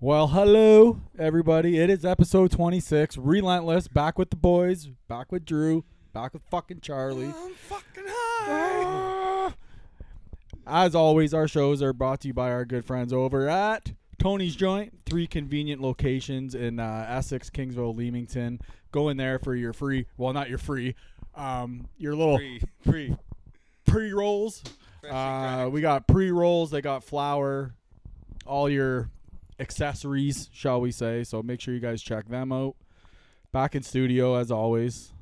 Well, hello, everybody. It is episode 26, Relentless, back with the boys, back with Drew, back with fucking Charlie. I'm fucking high. As always, our shows are brought to you by our good friends over at Tony's Joint, three convenient locations in uh, Essex, Kingsville, Leamington. Go in there for your free, well, not your free, um, your little Free, free. pre rolls. Freshly Uh, cracked. we got pre rolls. They got flour, all your accessories, shall we say? So make sure you guys check them out. Back in studio as always.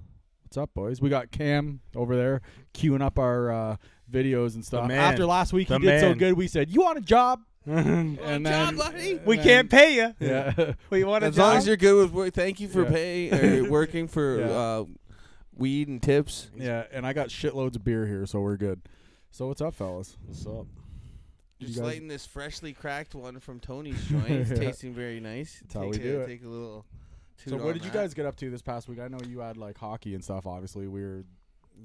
What's up, boys? We got Cam over there queuing up our uh, videos and stuff. man. Uh, After last week, The he did so man. good. We said, "You want a job?" we and job, buddy? and then- can't pay you. Yeah. We want a As long job? as you're good with work, thank you for Yeah. pay or working for Yeah. uh, weed and tips. yeah. And I got shitloads of beer here, so we're good. So what's up, fellas? What's up? Just guys- lighting this freshly cracked one from Tony's joint. It's Yeah. tasting very nice. That's how take we do a, it. Take a little. So toot what on did you that. guys get up to this past week? I know you had like hockey and stuff. Obviously, we were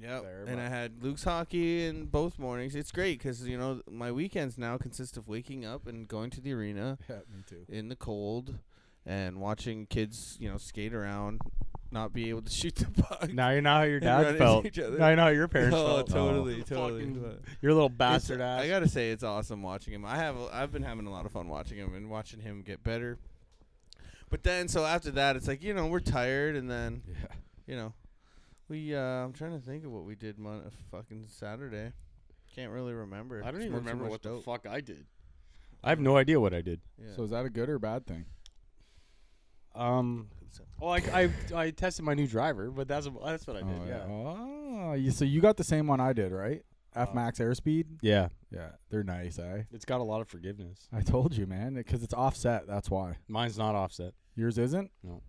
Yep. there, and but- I had Luke's hockey in both mornings. It's great because you know my weekends now consist of waking up and going to the arena yeah, me too. in the cold and watching kids you know skate around, not be able to shoot the puck. now you know how your And dad run felt. into each other. Now you know how your parents oh, felt. totally, Oh. totally. Fucking Your little bastard It's- ass. I gotta say, it's awesome watching him. I have I've been having a lot of fun watching him and watching him get better. But then, so after that, it's like you know we're tired, and then Yeah. you know we. Uh, I'm trying to think of what we did mon- uh, fucking Saturday. Can't really remember. I don't even remember what the fuck I did. I have no idea what I did. Yeah. So is that a good or bad thing? Um. Oh, I, I, I tested my new driver, but that's that's what I did. oh, yeah. Oh, you, so you got the same one I did, right? Uh, F Max Airspeed. Yeah. Yeah, they're nice. I It's got a lot of forgiveness. I told you, man, because it's offset. That's why Mine's not offset. yours isn't. No.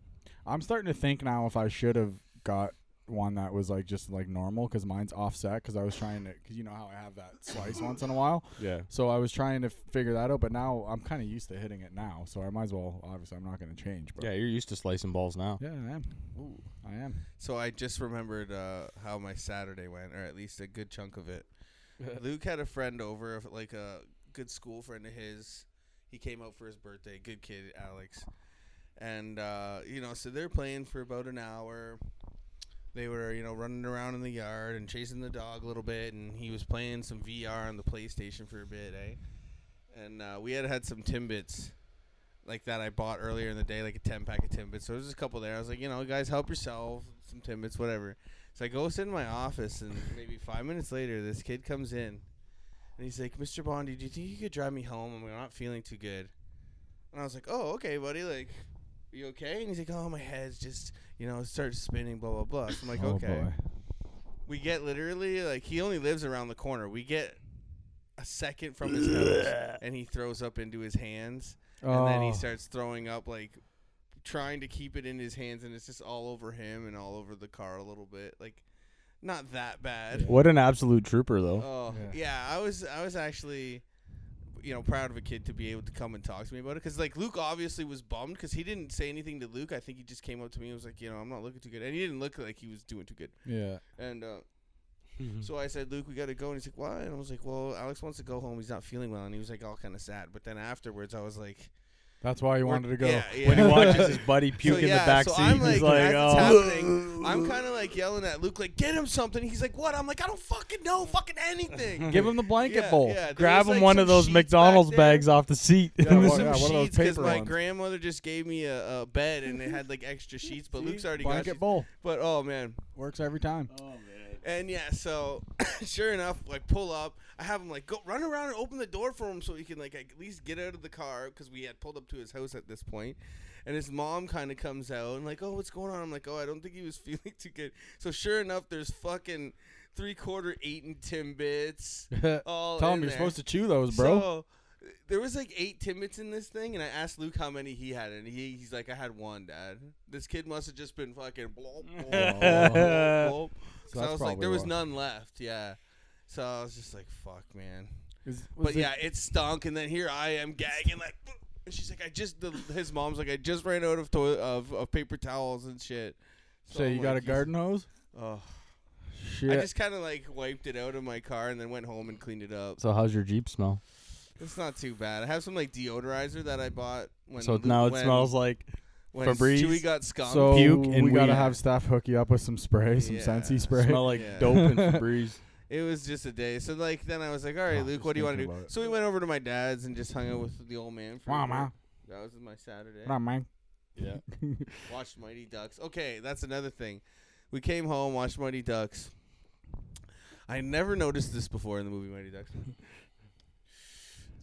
I'm starting to think now if I should have got one that was like just like normal because mine's offset because I was trying to because you know how I have that slice once in a while. Yeah. So I was trying to figure that out, but now I'm kind of used to hitting it now, so I might as well. Obviously, I'm not going to change. But Yeah. You're used to slicing balls now. yeah, I am. I am. So I just remembered uh, how my Saturday went, or at least a good chunk of it. Luke had a friend over, of- like a good school friend of his. He came out for his birthday. Good kid, Alex. And uh, you know, so they're playing for about an hour. They were, you know, running around in the yard and chasing the dog a little bit, and he was playing some VR on the PlayStation for a bit, eh? And uh, we had had some Timbits like that I bought earlier in the day, like a ten pack of Timbits. So there's a couple there. I was like, you know, guys, help yourself, some Timbits, whatever. So I go sit in my office, and maybe five minutes later, this kid comes in, and he's like, "Mr. Bondi, do you think you could drive me home? I'm not feeling too good." And I was like, "Oh, okay, buddy. Like, you okay?" And he's like, "Oh, my head's just, you know, starts spinning, blah blah blah." So I'm like, oh "Okay." boy. We get literally like he only lives around the corner. We get a second from his nose, and he throws up into his hands and then he Oh. starts throwing up like trying to keep it in his hands and it's just all over him and all over the car a little bit like not that bad What an absolute trooper, though. oh Yeah. yeah. i was i was actually you know proud of a kid to be able to come and talk to me about it because like luke obviously was bummed because he didn't say anything to luke i think he just came up to me and was like you know i'm not looking too good and he didn't look like he was doing too good Yeah. and uh so I said, Luke, we got to go. And he's like, why? And I was like, well, Alex wants to go home. He's not feeling well. And he was like, all kind of sad. But then afterwards, I was like, That's why you We're- wanted to go. yeah, yeah. when he watches his buddy puke in the back so seat, I'm he's like, like, as it's "Oh." happening, I'm kind of like yelling at Luke, like, get him something. He's like, what? I'm like, I don't fucking know, fucking anything. Give him the blanket Oh. Yeah, bowl. yeah, there Grab was, him like, one some of those sheets McDonald's back there. bags off the seat. Yeah, There was well, some yeah, one of those sheets because paper my ones. grandmother just gave me a, a bed and it had like extra sheets, but Luke's already got. blanket sheets. bowl But oh man, works every time. Oh man. and yeah, so sure enough, like pull up. I have him like go run around and open the door for him so he can like at least get out of the car because we had pulled up to his house at this point. And his mom kind of comes out and like, oh, what's going on? I'm like, oh, I don't think he was feeling too good. So sure enough, there's fucking three quarter eight and timbits. All Tell in him you're there. supposed to chew those, bro. So, there was like eight timbits in this thing, and I asked Luke how many he had, and he, he's like, I had one, Dad. This kid must have just been fucking. Blop, blop, Oh. blop, So blop. So that's I was probably like, there was why. none left. Yeah. So I was just like, fuck, man. Is- But was it- yeah, it stunk. And then here I am gagging, like, and she's like, I just, the, his mom's like, I just ran out of toilet, of, of paper towels and shit. Say you I'm got a like, garden hose? Oh. Shit. I just kind of like wiped it out of my car and then went home and cleaned it up. So how's your Jeep smell? It's not too bad. I have some like deodorizer that I bought when so Lu- now it when- smells like when Febreze. Stewie got skunked. So puke we and gotta weed. have staff hook you up with some spray, some Yeah. Scentsy spray. smell like Yeah. dope and Febreze. It was just a day. So like then I was like, all right, Oh, Luke, just what do you want to thinking do? about it. So we went over to my dad's and just hung out with the old man. For a Wow, bit. man. That was my Saturday. Nah, man. yeah. Watched Mighty Ducks. Okay, that's another thing. We came home, watched Mighty Ducks. I never noticed this before in the movie Mighty Ducks.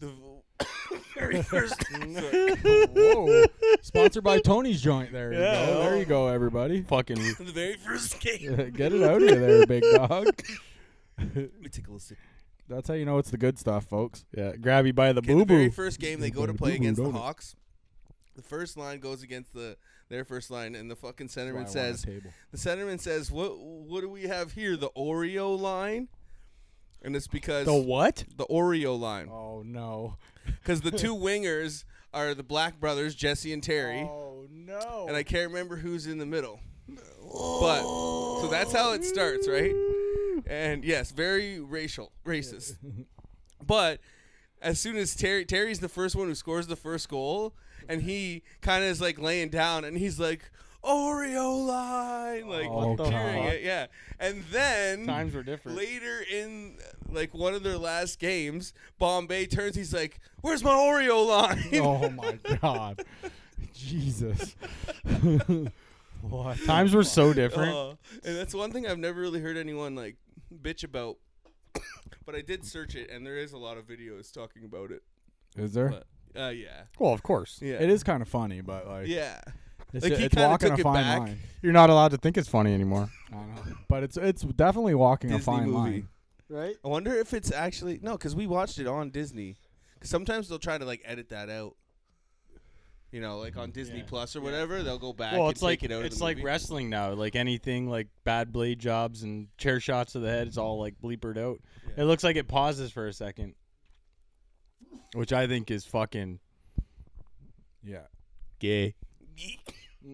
The v- very first. Whoa. Sponsored by Tony's Joint. There you Yeah. go. There you go, everybody. Fucking the very first game. Get it out of you there, big dog. Let me take a little sip. That's how you know it's the good stuff, folks. yeah. Grab you by the Okay, boo the very boo. first game they go to Boo-boo, play against the don't it? Hawks. The first line goes against the their first line, and the fucking Why I centerman want a says, table. The centerman says, "What what do we have here? The Oreo line." And it's because The the, what? Oreo line, Oh no. because the two wingers are the Black brothers, Jesse and Terry, Oh no. and I can't remember who's in the middle. But so that's how it starts, right? And yes, very racial, racist. But as soon as Terry Terry's the first one who scores the first goal, and he kind of is like laying down, and he's like Oreo line, like Oh, What the cheering fuck? it, yeah. And then Times were different. later in like one of their last games, Bombay turns. He's like, "Where's my Oreo line?" oh my god. Jesus. what? Times were so different. Oh, and that's one thing I've never really heard anyone like bitch about. but I did search it, and there is a lot of videos talking about it. Is there? But uh, yeah, well, of course. yeah, It is kind of funny, but like, Yeah, it's, Like, he it's kinda walking took a it fine back. line. You're not allowed to think it's funny anymore. I know. But it's it's definitely walking a Disney fine movie. line. Right? I wonder if it's actually no, because we watched it on Disney. 'Cause sometimes they'll try to like edit that out. You know, like on Disney Yeah. Plus or whatever, they'll go back. Well, and it's like take it out of it's the like movie. wrestling now. Like anything, like bad blade jobs and chair shots to the head. It's all like bleepered out. Yeah. It looks like it pauses for a second, which I think is fucking Yeah. gay.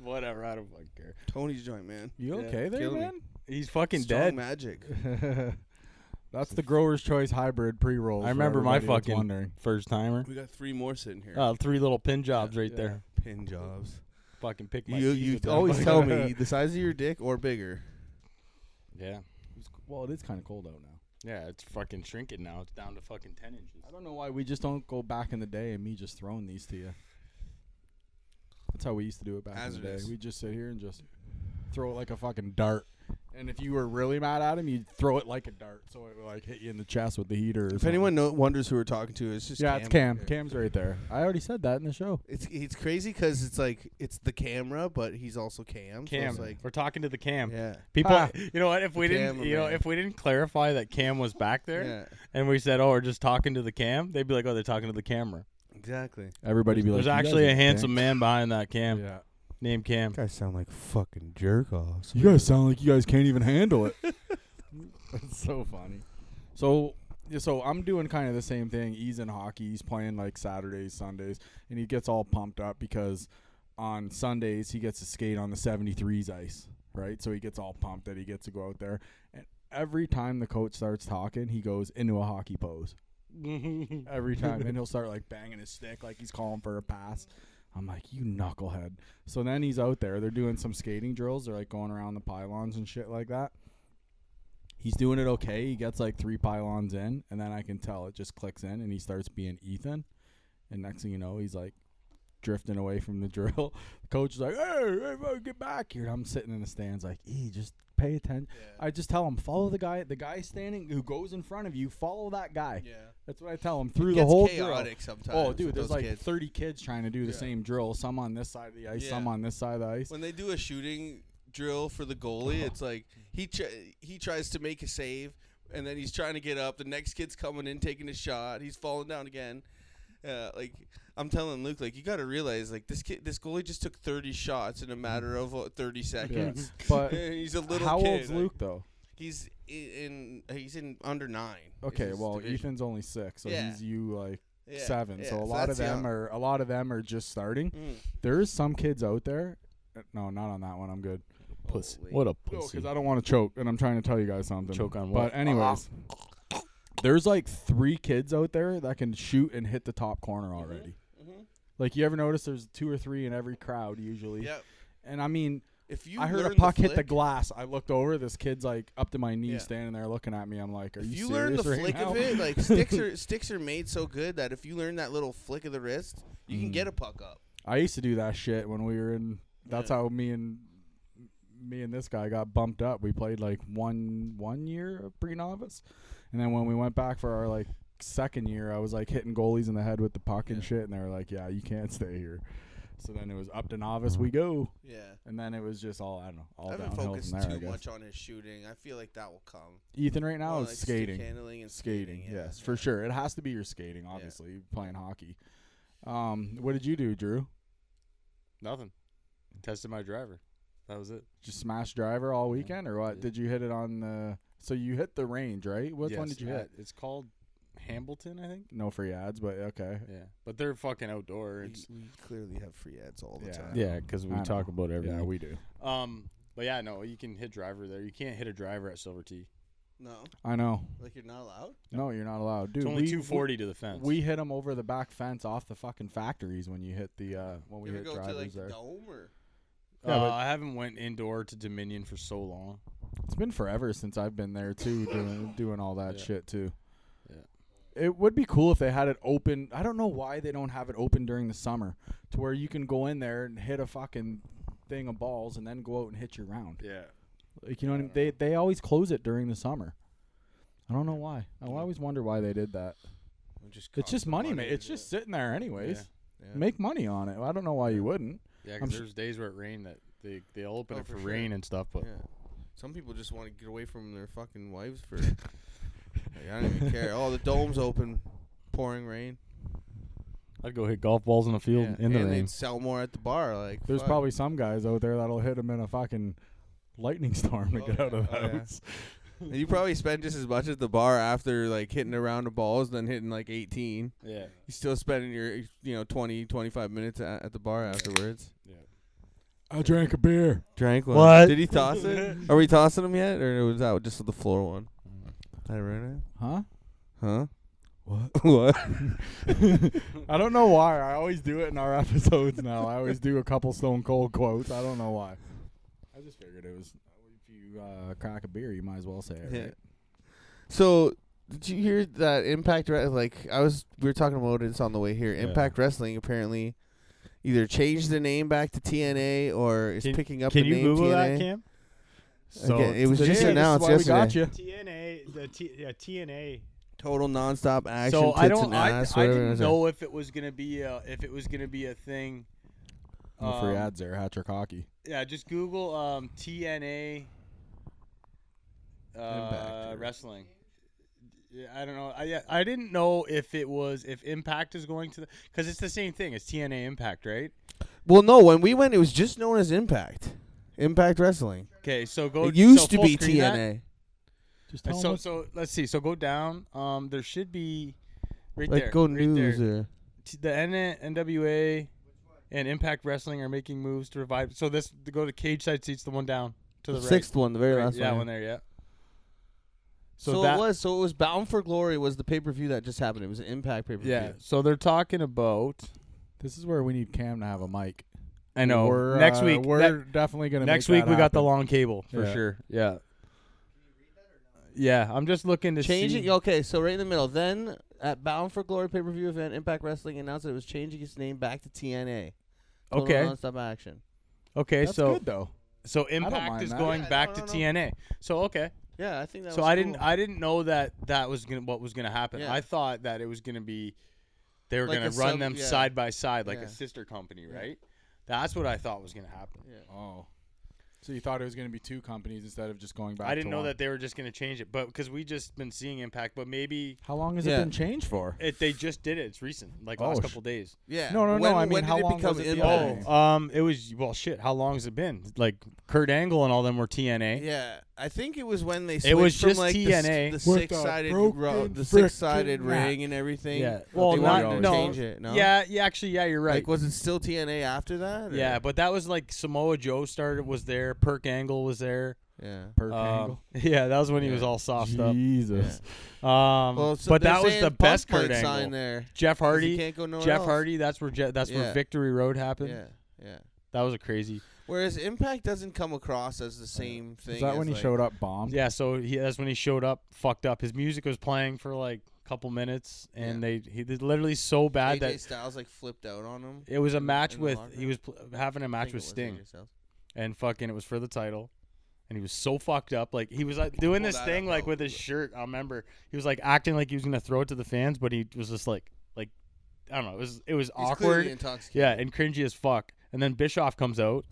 Whatever, I don't fucking care. Tony's joint, man. You Yeah, okay there, kill me. He's fucking Strong dead. magic. man? That's the grower's choice hybrid pre roll. I remember my fucking wondering. first timer. We got three more sitting here. Uh, three little pin jobs right Yeah. there. Pin jobs. Fucking pick my. You teeth you with that always fucking- tell me the size of your dick or bigger. Yeah, Well, it is kind of cold out now. yeah. It's fucking shrinking now. It's down to fucking ten inches. I don't know why we just don't go back in the day and me just throwing these to you. That's how we used to do it back in the Hazardous. day. We just sit here and just throw it like a fucking dart. And if you were really mad at him, you'd throw it like a dart, so it would like hit you in the chest with the heater. Or If something. anyone know, wonders who we're talking to, it's just yeah, Cam. it's Cam. Cam's right there. I already said that in the show. It's it's crazy because it's like it's the camera, but he's also Cam. Cam, so it's we're talking to the cam. like yeah, People, Ah. you know what? If we The didn't, you know, cameraman. if we didn't clarify that Cam was back there, yeah, and we said, "Oh, we're just talking to the cam," they'd be like, "Oh, they're talking to the camera." exactly. Everybody be like, There's "You guys actually are a handsome dicks." man behind that cam Yeah. named Cam. guys sound like fucking jerk offs. You guys sound like you guys can't even handle it. That's so funny. So yeah, so I'm doing kind of the same thing. He's in hockey. He's playing like Saturdays, Sundays, and he gets all pumped up because on Sundays he gets to skate on the 73s ice, right? So he gets all pumped that he gets to go out there. And every time the coach starts talking, he goes into a hockey pose every time, and he'll start like banging his stick like he's calling for a pass. I'm like, you knucklehead. So then he's out there. They're doing some skating drills. They're like going around the pylons and shit like that. He's doing it okay. He gets like three pylons in, and then I can tell it just clicks in, and he starts being Ethan. And next thing you know, he's like drifting away from the drill. The coach is like, "Hey, hey, bro, get back here!" And I'm sitting in the stands, like, "E, just pay attention." I just tell him, "Follow the guy. The guy standing who goes in front of you. Follow that guy." Yeah, That's what I tell him through it the gets whole drill. chaotic sometimes. Oh, with dude, there's those like kids. 30 kids trying to do the Yeah. same drill. Some on this side of the ice, Yeah. some on this side of the ice. when they do a shooting drill for the goalie, it's like he tr- he tries to make a save, and then he's trying to get up. The next kid's coming in, taking a shot. He's falling down again. Uh, like I'm telling Luke, like you got to realize, like this kid, this goalie just took 30 shots in a matter of uh, 30 seconds. But he's a little how kid. old's like, Luke though? He's i- in. He's in under nine. is Okay, his well, division. Ethan's only six, so Yeah. he's you like Yeah, seven. yeah, so a lot of that's them young. are a lot of them are just starting. Mm. There is some kids out there. uh, No, not on that one. I'm good. Pussy. Holy. What a No, pussy. because I don't want to choke, and I'm trying to tell you guys something. Choke on But what? anyways, there's like three kids out there that can shoot and hit the top corner already. Mhm. Like you ever notice there's two or three in every crowd usually. Yep. And I mean, If you I heard a learn puck hit the flick- glass. I looked over, this kid's like up to my knee Yeah. standing there looking at me. I'm like, Are if you, you learn serious the right flick now? of it, like sticks are sticks are made so good that if you learn that little flick of the wrist, you can Mm. get a puck up. I used to do that shit when we were in. That's Yeah. how me and me and this guy got bumped up. We played like one one year of pre novice, and then when we went back for our like second year, I was like hitting goalies in the head with the puck and Yeah. shit, and they were like, "Yeah, you can't stay here." So then it was up to novice we go, Yeah. and then it was just all I don't know, all I haven't downhill focused from there. I too guess. much on his shooting. I feel like that will come. Ethan right now Well, is like, stick skating. handling and skating, yeah, yes, yeah. for sure. It has to be your skating, obviously, playing hockey. Um, what did you do, Drew? Nothing. Tested my driver. That was it. Just smash driver all weekend, or what? Yeah. Did you hit it on the? So you hit the range, right? What one Yes, did you hit? at- It's called Hambleton, I think. No free ads, but okay. Yeah, but they're fucking outdoor. We, It's we clearly have free ads all the Yeah. time. Yeah, because we I talk know. about everything. Yeah, we do. um, but yeah, no, you can hit driver there. You can't hit a driver at Silver Tee. No, I know. like you're not allowed. No, you're not allowed, dude. It's only we- two forty to the fence. We hit them over the back fence off the fucking factories when you hit the uh when we you ever hit go drivers to like there. dome or uh, Yeah, but- I haven't went indoor to Dominion for so long. It's been forever since I've been there too, doing doing all that Yeah. shit too. Yeah. It would be cool if they had it open. I don't know why they don't have it open during the summer to where you can go in there and hit a fucking thing of balls and then go out and hit your round. Yeah, Like you know what I mean? They they always close it during the summer. I don't know why. I Yeah. always wonder why they did that. It just It's costs just them money, man. to It's do just it. sitting there anyways. Yeah. Make money on it. I don't know why you wouldn't. yeah. I'm Because su- there's days where it rained that they they'll open Oh, it for for, sure. rain and stuff. But Yeah. Some people just want to get away from their fucking wives for. like, I don't even care. Oh, the dome's open, pouring rain. I'd go hit golf balls in the field Yeah, in the and rain. they'd sell more at the bar. Like There's fuck. probably some guys out there that'll hit them in a fucking lightning storm to Oh, get out yeah. of Oh, the yeah. house. And you probably spend just as much at the bar after like hitting a round of balls than hitting like 18. Yeah, You still spending your you know 20 25 minutes at, at the bar afterwards. I drank a beer. Drank one. What? Did he toss it? Are we tossing him yet, or was that just the floor one? Did I ruin Huh? it? Huh? What? what? I don't know why. I always do it in our episodes now. I always do a couple Stone Cold quotes. I don't know why. I just figured it was if you uh, crack a beer, you might as well say it. Yeah. right? So did you hear that Impact? Re- like I was, we were talking about this on the way here. Impact Wrestling apparently either changed the name back to TNA or is Can- picking up Can the you name Google TNA. that, Cam? Again, it was Today, this just is announced why we yesterday. got you. TNA, the T, yeah, TNA. Total nonstop action. so tits I don't, and I, ass, I whatever it didn't was. know if it was gonna be a, if it was gonna be a thing. No free Um, ads there. Hat trick hockey. Yeah, just Google um, TNA uh, or- wrestling. Yeah, I don't know. I yeah, I didn't know if it was if Impact is going to because it's the same thing. It's TNA Impact, right? Well, no, when we went, it was just known as Impact. Impact Wrestling. Okay, so go. it used so to full be screen that. TNA. Just Uh, tell 'em So what- so let's see. So go down. Um, there should be right Like there. go right news there. or T- The N- NWA and Impact Wrestling are making moves to revive. So this to go to cage side seats. The one down to the sixth one, the very right. right last yeah, one. one there. Yeah. So, So that- it was. So it was Bound for Glory was the pay per view that just happened. It was an Impact pay per view. Yeah. So they're talking about. this is where we need Cam to have a mic. I know. We're, next uh, week. we're ne- definitely gonna. next make week that we got the happen. long cable for Yeah. sure. Yeah. Yeah, I'm just looking to Changing. see. Okay, so right in the middle. Then at Bound for Glory pay per view event, Impact Wrestling announced that it was changing its name back to TNA. Total Okay. Nonstop action. Okay, That's so good though. so mind Impact is that. going Yeah, no, back no, no. to TNA. So okay, Yeah, I think that. so was I didn't cool. I didn't know that that was gonna what was gonna happen. Yeah. I thought that it was gonna be they were Like gonna a run sub- them yeah. side by side like Yeah. a sister company, right? That's what I thought was gonna happen. Yeah. Oh, so you thought it was gonna be two companies instead of just going back? I to didn't know one. that they were just gonna change it, but because we just been seeing Impact, but maybe How long has it Yeah. been changed for? it they just did it. It's recent, like Oh, last sh- couple days. Yeah. No, no, no, When, I mean, when how did long it become was it the other Impact? name? Oh, um, it was well, shit. How long has it been? Like Kurt Angle and all them were TNA. Yeah, I think it was when they It was switched from, just like the s- TNA. the, With a six sided broken the six sided frickin' mat. ring and everything. Yeah. But Well, they not- wanted to no. change it. No, yeah, yeah. Actually, yeah, you're right. Like, was it still TNA after that? or- yeah, but that was like Samoa Joe started was there. Perk Angle was there. Yeah. Per Um, angle. yeah, that was when he Yeah. was all soft Jesus. up. Um, Well, so but they're that was saying the Punk best Point Kurt Angle. sign there. 'cause Jeff You Hardy, can't go nowhere Jeff else. Hardy. That's where Je- that's Yeah. where Victory Road happened. Yeah. Yeah. That was a crazy. Whereas Impact doesn't come across as the same thing. Is that as when he like, showed up bombed? Yeah, so he, that's when he showed up, fucked up. His music was playing for like a couple minutes, and they he did literally so bad AJ that Styles like flipped out on him. it was a in- match in the with locker he room? was pl- having a I match think with it was Sting, AJ Styles. and fucking it was for the title. And he was so fucked up. Like he was like doing Pull this that thing up, like I'll with do his it. shirt. I remember he was like acting like he was gonna throw it to the fans, but he was just like like I don't know. It was it was He's awkward. clearly intoxicated. Yeah, and cringy as fuck. And then Bischoff comes out,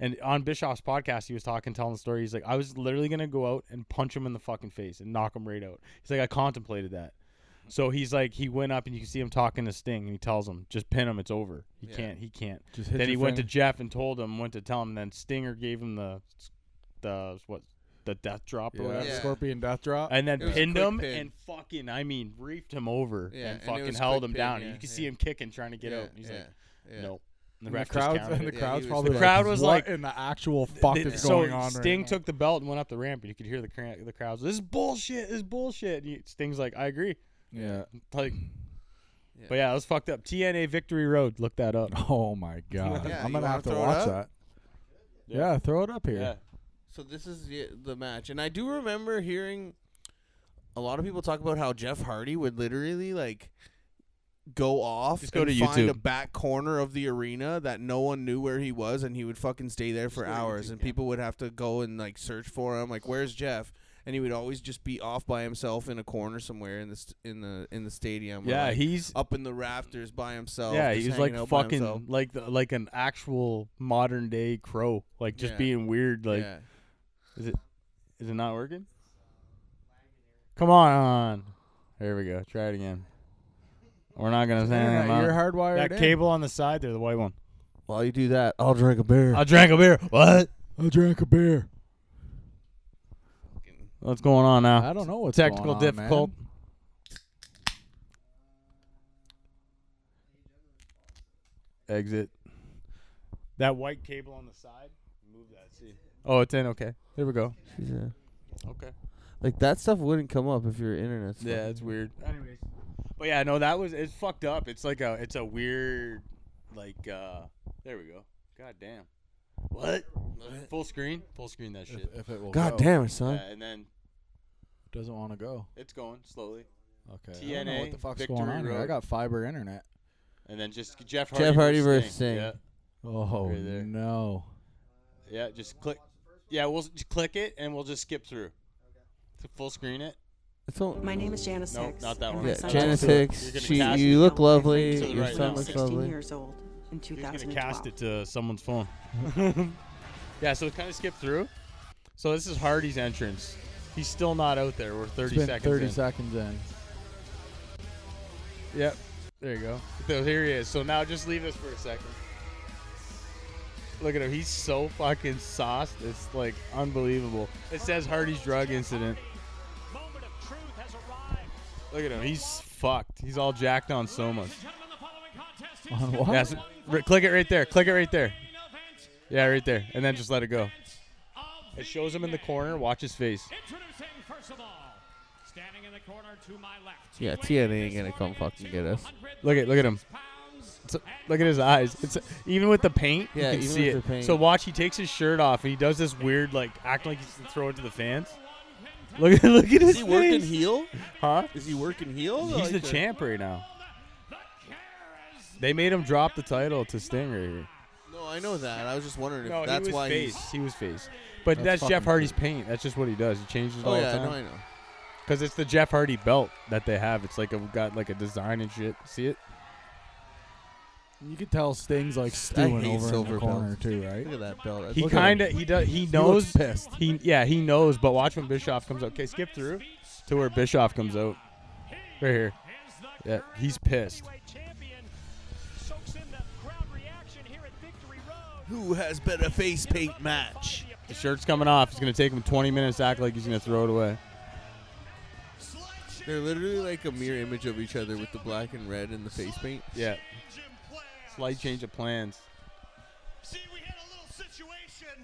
and on Bischoff's podcast, he was talking, telling the story. He's like, I was literally gonna go out and punch him in the fucking face and knock him right out. He's like, I contemplated that. So he's like, he went up and you can see him talking to Sting, and he tells him, just pin him, it's over. He Yeah. can't, he can't. Just hit then your he went to finger. Jeff and told him, went to tell him. Then Stinger gave him the, the what, the death drop or yeah. whatever. Yeah. Scorpion Death Drop. And then It was a pinned quick him pin. and fucking, I mean, reefed him over Yeah, and and it fucking was held quick him pin, down. yeah, and you can yeah. see him kicking, trying to get yeah, out. And he's yeah, like, yeah. no. And And the, the ref just crowd counted and the it. Yeah, he crowd's was probably the like, crowd was "What like- in the actual fuck Th- is so going on Sting right now?" took the belt and went up the ramp, and you could hear the cra- the crowds. This is bullshit. This is bullshit. And you, Sting's like, I agree. Yeah. Like, Yeah. but yeah, it was fucked up. TNA Victory Road. Look that up. Oh my god. Yeah, I'm gonna you wanna have to throw it watch up? that. Yeah. throw it up here. Yeah. So this is the, the match, and I do remember hearing a lot of people talk about how Jeff Hardy would literally like go off, Just go and to find a YouTube. back corner of the arena that no one knew where he was, and he would fucking stay there for go to hours, YouTube, and yeah. people would have to go and like search for him, like where's Jeff, and he would always just be off by himself in a corner somewhere in the st- in the in the stadium. or, Yeah, like, he's up in the rafters by himself. yeah, Oh, just he was hanging like out by himself. fucking like the, like an actual modern day crow, like just Yeah. being weird. Like, yeah. is it not working? Come on. There we go. Try it again. We're not gonna say anything. Internet, you're about it. hardwired That in. cable on the side there, the white one. While you do that, I'll drink a beer. I drank a beer. What? I drank a beer. What's going on now? I don't know what's Technical going on, difficult. man. Exit. That white cable on the side. Move that. See. Oh, it's in. Okay. There we go. Okay. Like that stuff wouldn't come up if your internet's Yeah, it's weird. Anyways, but yeah, no, that was it's fucked up. It's like a it's a weird like uh there we go. God damn. What? Full screen? Full screen that shit. If, if it will God go. damn it, son. Yeah, and then Doesn't want to go. it's going slowly. Okay. I don't know TNA, what the fuck's Victory going on here. I Road. got fiber internet. And then just Jeff Hardy Jeff Hardy versus Sting. Yeah. Oh Right there. no. Yeah, just click. Yeah, we'll s- just click it and we'll just skip through. To Full screen it. It's all, My name is Janice No, Hicks. not that and one. my yeah, son Janice Joseph You're Hicks. gonna She, cast is you look now lovely. To the Your right son now. looks 16 lovely. years old in He's gonna 2012. cast it to someone's phone. yeah, so kind of skip through. So this is Hardy's entrance. He's still not out there. We're It's 30 been seconds. 30 in. seconds in. Yep. There you go. So here he is. So now just leave this for a second. Look at him. He's so fucking sauced. It's like unbelievable. It says Hardy's drug incident. Moment of truth has arrived. Look at him. He's fucked. He's all jacked on somas. Ladies and gentlemen, the following contest is On what? Yeah, so, r- click it right there. Click it right there. main event Yeah, right there. And then just let it go. of It the shows him in the evening. corner. Watch his face. Introducing first of all, standing in the corner to my left. Yeah, weighing TNA ain't in gonna come fucking get us. 236 Look at- look at him. pounds It's- and look at his eyes. It's even with the paint, Yeah, you can even see with it. the paint. So watch. He takes his shirt off and he does this weird, like, acting like he's gonna throw it to the fans. one contender. Look at look at his Is he working face. heel? Huh? Is he working heel? He's the champ right now. The charismatic They made him drop the title to Sting right here. No, I know that. I was just wondering if No, that's he was why face. he's. He was face. But That's that's, Jeff fucking Hardy's paint. That's just what he does. He changes it Oh all yeah, the no, I time. know. Because it's the Jeff Hardy belt that they have. It's like a, got like a design and shit. See it? You can tell Sting's like I stewing hate over in silver the corner belts. too, right? Look at that belt. He Look at kind him. of he does he looks knows pissed. He yeah he knows. But watch when Bischoff comes out. Okay, skip through to where Bischoff comes out. Right here. is the Yeah, current he's pissed. heavyweight champion. Soaks in the crowd reaction here at Victory Road. Who has better face paint match? The shirt's coming off. It's gonna take him 20 minutes. to Act like he's gonna throw it away. They're literally like a mirror image of each other with the black and red and the face paint. Yeah. Slight change of plans. See, we had a little situation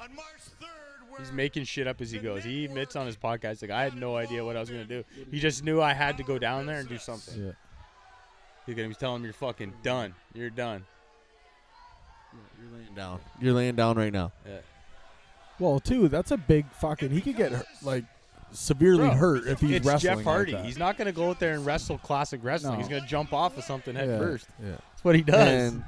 on March 3rd, where He's making shit up as he goes. He admits on his podcast, like, I had no idea what I was going to do. He just knew I had to go down there and do something. Yeah. He's going to be telling him, you're fucking done. You're done. You're laying down. You're laying down right now. Yeah. Well, too, that's a big fucking. He could get hurt, like severely Bro, hurt if he's it's wrestling. Jeff like Hardy. that. He's not going to go out there and wrestle classic wrestling. No. He's going to jump off of something head yeah, first. Yeah. That's what he does. And,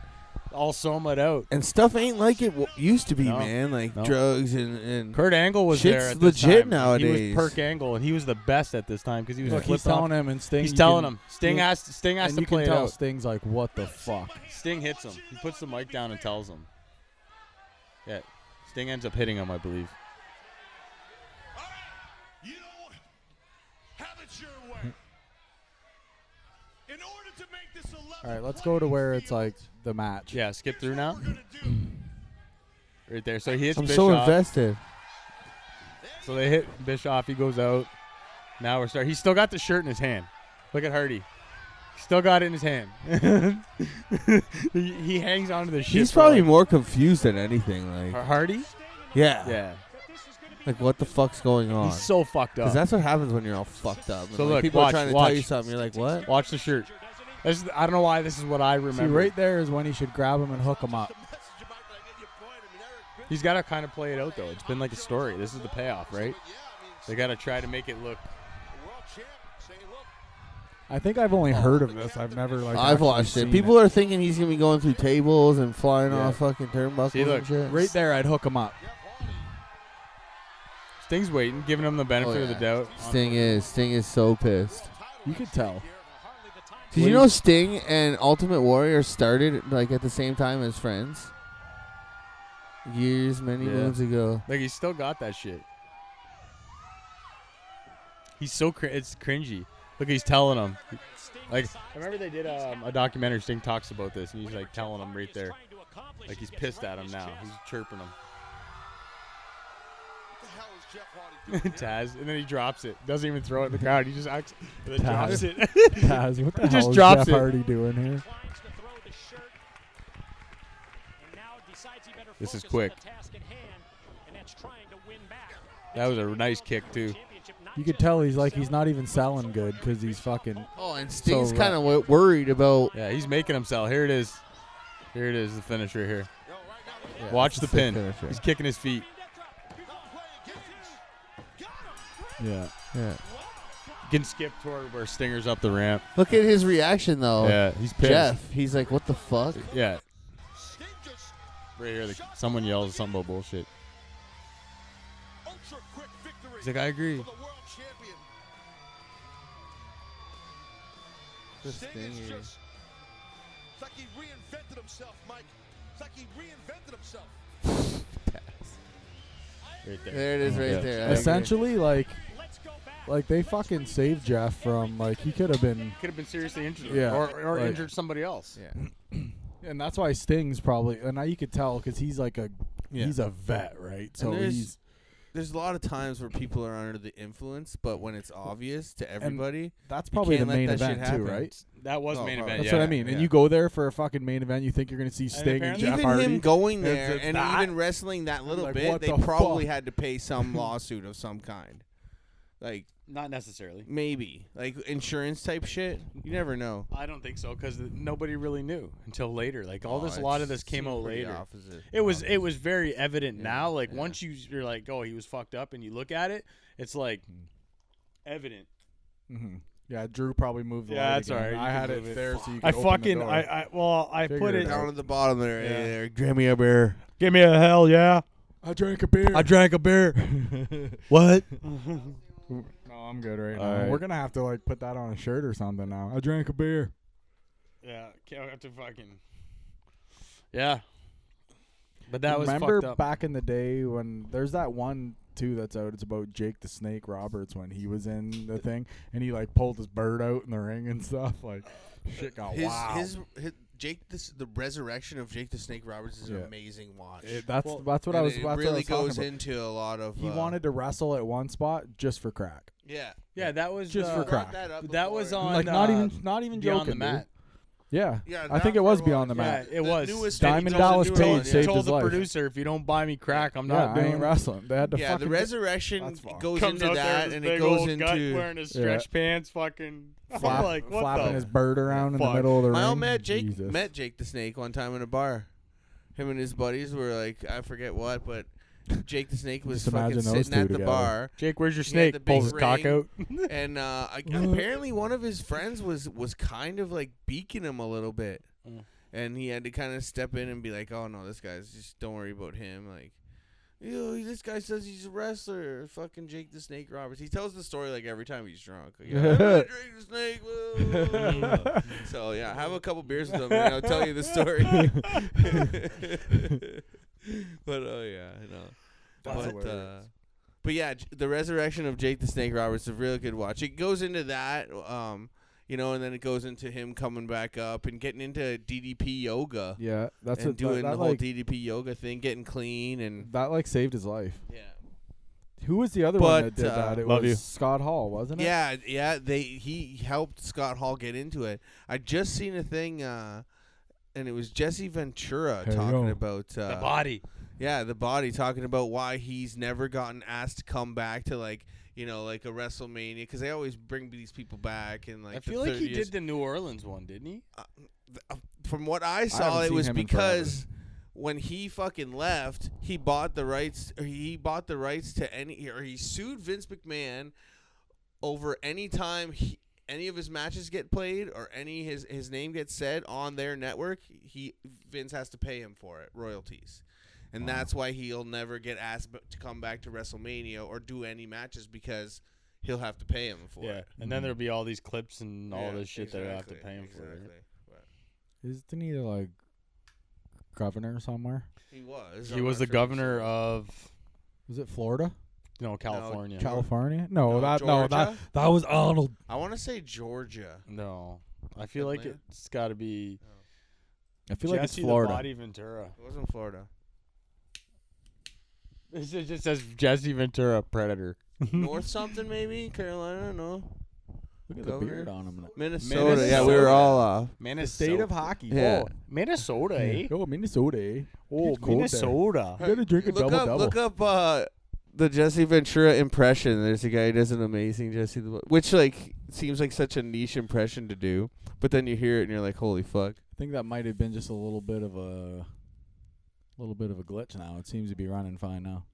All somaed out. and stuff ain't like it w- used to be, No, man. Like no. drugs and and Kurt Angle was Shit's there. At this legit time. He nowadays. was Perk Angle, and he was the best at this time because he was Look, he's flipped off. telling him, and Sting. He's you telling can- him. Sting you- has to, Sting has and to you play can it tell out. Sting's like, "What the fuck?" Sting hits him. He puts the mic down and tells him. Yeah. Sting ends up hitting him, I believe. All right, you have it your way. In order to make this 11 All right, let's go to where it's like the match. Yeah, skip through now. Right there. So he hits I'm Bischoff. so invested. So they hit Bischoff. He goes out. Now we're starting. He's still got the shirt in his hand. Look at Hardy. Still got it in his hand. he, he hangs onto the shit. He's for probably like- more confused than anything. Like, Har- Hardy. yeah. Yeah. Like, what the fuck's going on? He's so fucked up. Because that's what happens when you're all fucked up. And, So like, look, people watch, are trying to watch. tell you something. You're like, what? Watch the shirt. This is, I don't know why this is what I See, remember. right there is when he should grab him and hook him up. He's got to kind of play it out though. It's been like a story. This is the payoff, right? They got to try to make it look. I think I've only heard of this. I've never like. I've actually watched it. seen People are thinking he's gonna be going through tables and flying Yeah. off fucking turnbuckles See, look, and shit. right there. I'd hook him up. Sting's waiting, giving him the benefit of the Oh, yeah. doubt. Sting is Sting is so pissed. You could tell. Did you know Sting and Ultimate Warrior started like at the same time as Friends? Years, many Yeah. moons ago. Like he's still got that shit. He's so cr- it's cringy. Look, he's telling him. Like I remember they did um, a documentary. Sting talks about this, and he's like telling him right there. Like he's pissed at him now. He's chirping him. Taz, and then he drops it. Doesn't even throw it in the crowd. He just acts. And then drops Taz. it. Taz, what the He just hell is drops Jeff it. Hardy doing here? This is quick. That was a nice kick too. You could tell he's like he's not even selling good because he's fucking. Oh, and Sting's So, uh, kind of w- worried about. Yeah, he's making him sell. Here it is. Here it is. The finish right here. Yeah, Watch it's the a sick pin. finisher. He's kicking his feet. Yeah. Yeah. You can skip toward where Stinger's up the ramp. Look at his reaction though. yeah, he's pissed. Jeff, he's like, what the fuck? Yeah. Right here, like, someone yells something about bullshit. He's like, I agree. This Sting is- It's like he reinvented himself, Mike. It's like he reinvented himself. Right there. There it is, right Yeah. there. I agree. Essentially, like, like they fucking saved Jeff from like he could have been, Could have been seriously injured. Yeah, Or, or like- injured somebody else. Yeah. and that's why Sting's probably. And now you could tell because he's like a, he's a vet, right? So there's- he's There's a lot of times where people are under the influence, but when it's obvious to everybody, that's probably the can't let main that shit event too, happen. right? That was Oh, main probably. event. That's yeah. what I mean. And yeah. you go there for a fucking main event, you think you're gonna see Sting and, apparently- Jeff even Hardy. him going there It's- it's and that- even wrestling that little Like, bit, what they the probably fuck? had to pay some lawsuit of some kind, like Not necessarily. maybe like insurance type shit. You never know. I don't think so because nobody really knew until later. Like all Oh, this, a it lot of this came seemed out pretty later. opposite. It was it was very evident Yeah, now. Like yeah. once you you're like, oh, he was fucked up, and you look at it, it's like Hmm. evident. Mhm. Yeah, Drew probably moved. The Mm-hmm. Yeah, light that's again. all right. You I can had move it it. there, so you. Could I open fucking the door. I, I well I Figure put it it. out. down at the bottom there. Yeah. there, Grab me a beer. Give me a hell yeah. I drank a beer. drank a beer. what? no, I'm good right All now. right. We're gonna have to like put that on a shirt or something now. I drank a beer. Yeah, I have to fucking. Yeah. But that was remember fucked up. back in the day when there's that one too that's out. It's about Jake the Snake Roberts when he was in the thing and he like pulled his bird out in the ring and stuff. Like shit got His, wild. his his Jake this the resurrection of Jake the Snake Roberts is Yeah. an amazing watch. It- Eh, that's Well, that's what I And was. It That's what I really was talking goes about. into a lot of. He uh, wanted to wrestle at one spot just for crack. Yeah. yeah, that was Just uh, for Brought crack. up That was before. on like not uh, even not even Beyond joking. the dude. mat. Yeah. Yeah, I think that it was for beyond the what? Yeah. map. it was. newest Diamond Vinny Dallas Johnson Page doing it. saved told his the life. producer, if you don't buy me crack, I'm Yeah, not I doing ain't wrestling. They had to Yeah, the fucking- resurrection That's fine. goes Comes into out there that with and his it big goes old gut into wearing his Yeah. stretch pants, fucking. flap- I'm like, what flapping the? his bird around in the fuck? middle of the My ring. old man Jake Jesus. met Jake the Snake one time in a bar. Him and his buddies were like, I forget what, but Jake the Snake was Just imagine fucking those sitting two at the together. bar, Jake, where's your He had the snake? Pulls his big cock ring. out. and uh, I, apparently one of his friends was was kind of like beaking him a little bit, Mm. and he had to kind of step in and be like, "Oh no, this guy's just don't worry about him." Like, you this guy says he's a wrestler. Fucking Jake the Snake Roberts. He tells the story like every time he's drunk. Like, "Yeah, I met Jake the Snake. woo." So yeah, have a couple beers with him, and I'll tell you the story. but oh yeah, I know. That's but uh, hilarious. but yeah, J- the resurrection of Jake the Snake Roberts is a really good watch. It goes into that, um, you know, and then it goes into him coming back up and getting into DDP yoga Yeah, that's and what doing that, that the whole like, DDP yoga thing, getting clean and that like saved his life. yeah. Who was the other one that But, did uh, that? It Love was you. Scott Hall, wasn't it? Yeah, yeah. They he helped Scott Hall get into it. I just seen a thing, uh, and it was Jesse Ventura Hey, talking yo. about uh, the body. yeah, the body talking about why he's never gotten asked to come back to like you know like a WrestleMania because they always bring these people back and like I the feel like he 30th did the New Orleans one, didn't he? Uh, from what I saw, it seen was him in because when he fucking left, he bought the rights. Or he bought the rights to any, or he sued Vince McMahon over any time he, any of his matches get played or any his his name gets said on their network. He Vince has to pay him for it royalties. And that's why he'll never get asked b- to come back to WrestleMania or do any matches because he'll have to pay him for it. And Hmm. then there'll be all these clips and all Yeah, this shit that I have to exactly, pay him for. exactly. But Isn't he like governor somewhere? He was. He I'm was not the sure if governor still- of Was it Florida? no California. California? No, No, that no that Georgia? that was Arnold. I want to say Georgia. no, I feel like Atlanta? it's got to be. I feel like it's Jesse Florida. The body Ventura. It wasn't Florida. It just says Jesse Ventura Predator. North something maybe? Carolina? No. Look at the Governor? beard on him. Minnesota. Minnesota. Yeah, we were all uh, off. Minnesota. hockey. Yeah. Oh, Minnesota, eh? Oh, Minnesota. eh? Oh, It's cold there. Minnesota. You gotta drink a Look double up. double. Look up. Uh, the Jesse Ventura impression. There's a guy who does an amazing Jesse, the, which like seems like such a niche impression to do, but then you hear it and you're like, holy fuck. I think that might have been just a little bit of a little bit of a glitch now. It seems to be running fine now.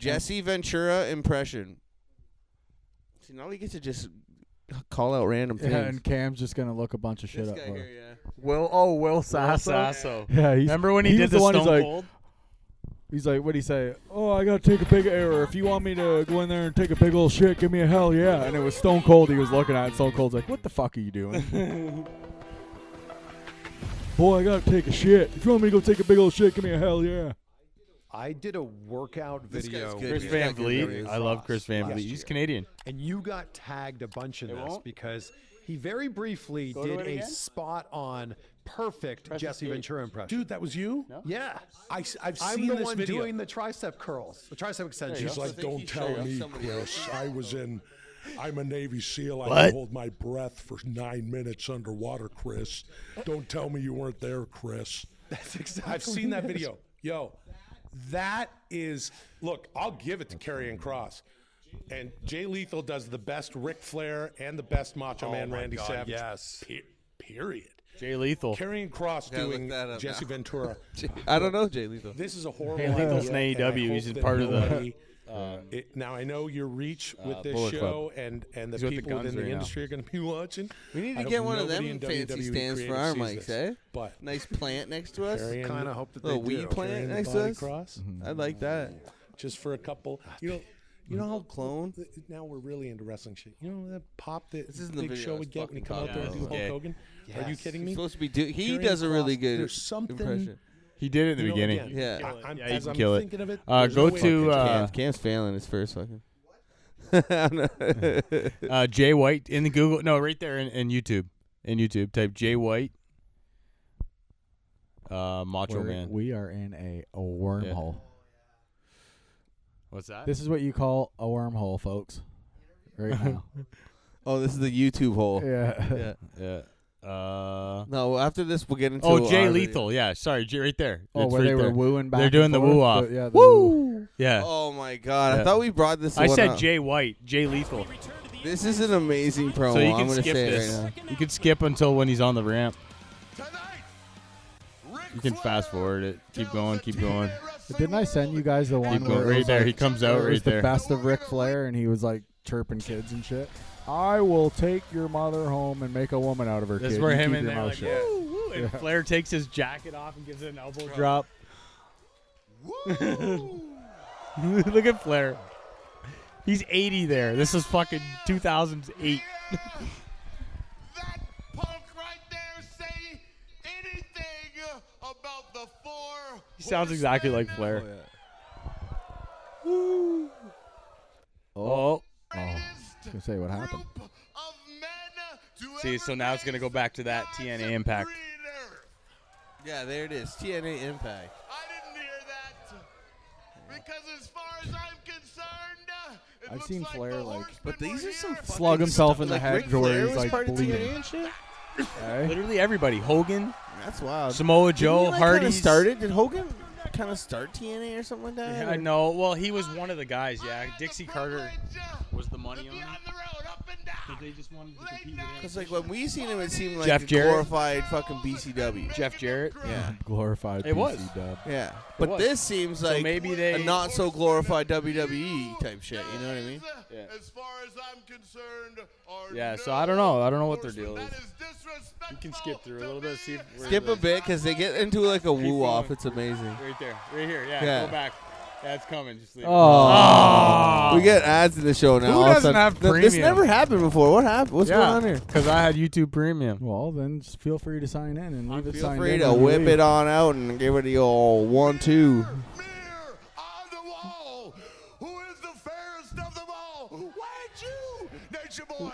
Jesse Ventura impression. See, now we get to just call out random things. Yeah, and Cam's just gonna look a bunch of shit up. for- yeah. Will oh Will Sasso. Sasso. Yeah, he's, Remember when he, he's did the, the, one Stone who's like Cold? he's like what do you say? Oh, I gotta take a big error. If you want me to go in there and take a big old shit, give me a hell yeah. And it was Stone Cold. He was looking at it. Stone Cold's like, what the fuck are you doing? Boy, I gotta take a shit. If you want me to go take a big old shit, give me a hell yeah. I did a workout This guy's video, good. with Chris Yeah. Van That kid really Vliet. is I love Chris Van last Vliet. He's year. Canadian. Oh and you got tagged a bunch in It this won't? because he very briefly to did it a again? spot on perfect Jesse eight. Ventura impression. Dude, that was you? yeah, I, have I'm seen the this one video. doing the tricep curls, the tricep extension. He's like, think don't he showed tell me, somebody Chris. I was in. I'm a Navy SEAL. I What? can hold my breath for nine minutes underwater, Chris. Don't tell me you weren't there, Chris. That's exactly. I've seen that it. video. Yo, that is. Look, I'll give it to Karrion Cross. And Jay Lethal does the best Ric Flair and the best Macho Oh Man my Randy God, Savage. yes. Pe- period. Jay Lethal. Karrion Cross Gotta look doing that up Jesse now. Ventura. I don't know Jay Lethal. This is a horrible. Hey, Lethal's idea, in and I AEW. hope He's just that part of the, Uh, nobody- uh, It- now I know your reach with this Bullet show and and the He's with the people guns within the right now. industry are going to be watching. We need to I hope get one of nobody them in fancy WWE stands for creative our sees mics, this. eh? But Nice plant next to us. carrying- Kind of hope that they Little do. weed plant carrying the next to body us. Mm-hmm. cross I like that. just for a couple. You know, You know how clone? th- Ah, now we're really into wrestling shit. You know that pop that isn't the big video I show was would get when he fucking come out there and talking do about. Hulk Okay. Hogan. Are you Yes. kidding He's me? supposed to be do. He Karrion does a really Cross, good there's something- impression. He did it in the You know, beginning. again, Yeah. I, I'm, Yeah, you as can I'm kill it. thinking of it, Uh, there's go no way I to, could- uh, Cam's, Cam's failing his first fucking. I'm not- Uh, Jay White in the Google. No, right there in, in YouTube. In YouTube, type Jay White. Uh, Macho We're- Man. We are in a, a wormhole. What's that? This is what you call a wormhole, folks. Right now. oh, this is the YouTube hole. yeah. Yeah. yeah. Uh, No, after this we'll get into. oh, Jay our- Lethal. Yeah, sorry, Jay, right there. Oh, It's where right they were there. wooing back. They're and doing the forth, woo off. but Yeah, the Woo. Yeah. Oh my God! Yeah. I thought we brought this. I one said up. Jay White, Jay Lethal. This is an amazing promo. So you I'm can gonna skip say this. it right You can skip until when he's on the ramp. Tonight, Ric You can fast Flair forward it. Keep tells going. the Keep TNA going. wrestling Didn't I send you guys the one Keep where going. it Right was there. like- He comes out where it was right the there. best of Ric Flair, and he was like chirping kids and shit. I will take your mother home and make a woman out of her. This is kid. where You him keep and your there mouth like, shut." woo, woo, and Yeah. Flair takes his jacket off and gives it an elbow drop. Look at Flair. He's 80 there. This is fucking 2008. That punk right there say anything about the four. He sounds exactly like now. Flair. Oh. Oh. I was gonna say what happened. Group of men to See, so now it's going to go back to that TNA impact. Yeah, there it is. TNA Impact. I didn't hear that. Because as far as I'm concerned, uh, it I've looks seen like Flair, the like- horsemen But these were are some here. Slug fucking himself stuff- in the like head Ric to where Flair he's, was like, part of bleeding. TNA and shit. Eh? Literally everybody. Hogan, That's wild. Samoa Didn't he, Joe, like, Hardy. kinda started. Did Hogan kind of start TNA or something like that? I Or- know. Well, he was one of the guys, I yeah. had the Dixie Carter privilege, uh, was the to money be on him. on the road, up and down. They just wanted to compete with him. Cause like when we seen him, it seemed like Jeff a Jarrett? glorified fucking BCW. Jeff Jarrett. Yeah, Glorified. It was. PC dub. yeah. But was. this seems like maybe a they- not so glorified WWE type shit. You know what I mean? Yeah. As far as I'm concerned, are Yeah, so no I don't know. I don't know what their horsemen. deal That is. is disrespectful You can skip through a to little bit, me. see if we're Skip a the- bit because they get into like a woo off. It's amazing. Right there. Right here. Yeah, Yeah. go back. Yeah, it's coming. Just leave it. Oh. We get ads in the show now. Who all of a doesn't sudden. have Th- This premium? never happened before. What happened? What's going on here? Because I had YouTube Premium. Well, then just feel free to sign in and leave it Feel signed free in to when you whip leave. it on out and give it the old one two. Mirror on the wall. Who is the fairest of them all? Why you, Nature Boy?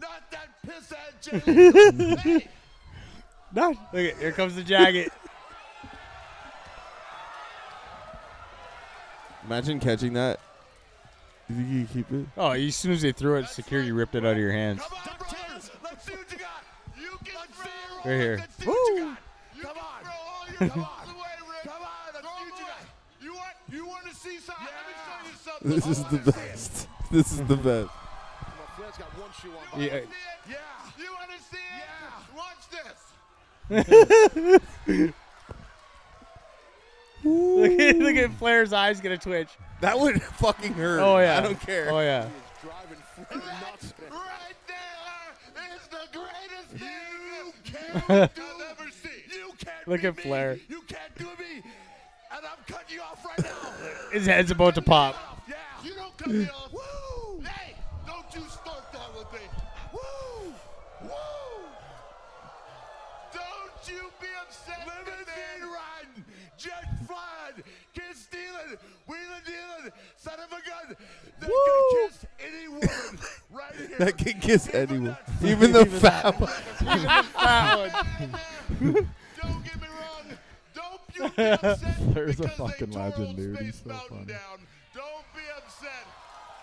Not that piss at Jay. hey, Look at here comes the jacket. Imagine catching that. You think you keep it? oh, as soon as they threw it, security ripped it out of your hands. come on, brothers. Let's see what you got. You can throw. Right here. Let's see what you got. You come on. Throw all your come on. Away, Rick. Come on. Let's see what you got. You want, you want to see something? Let me show you something. This is the best. This is the best. Flair's got one shoe on. Yeah. See it? Yeah. You want to see it? Yeah. Watch this. look, at, look at Flair's eyes gonna twitch. That would fucking hurt. Oh yeah. I don't care. Oh yeah. Right there is the greatest thing you can do I've ever seen. You can't Look beat at Flair. Me. You can't do me. And I'm cutting you off right now. His head's about to pop. yeah. You don't cut me off. Woo! Hey, don't you start that with me. Woo! Woo! Don't you be upset. Limousine riding, jet flying, kid stealing, wheeling dealing, son of a gun. That can kiss any woman right here. That can kiss anyone, even the fat one. Don't get me wrong. Don't you be upset There's a because they fucking tore legend, Old dude. Space He's so Mountain funny. Down. Don't be upset.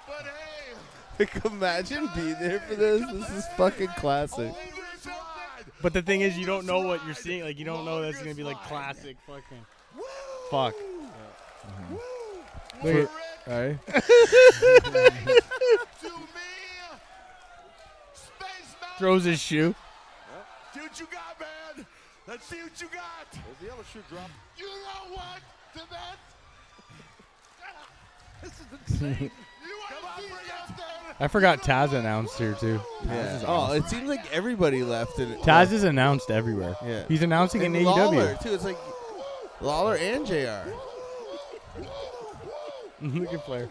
But hey, Like, imagine being there for this. This is fucking classic. longest ride. But the thing is, you don't know what you're seeing. Like you don't know that's gonna be like classic fucking. Fuck. Look at- eh? To me, Space Mountain. Throws his shoe. See what you got, man. Let's see what you got. There's the other shoe drop. You know what, Tibet? You want to see something? I forgot Taz announced here too. Yeah. Oh, it seems like everybody left it. Taz is announced everywhere. Yeah. He's announcing in E and Lawler AEW. too. It's like Lawler and Jr. Look at Flair.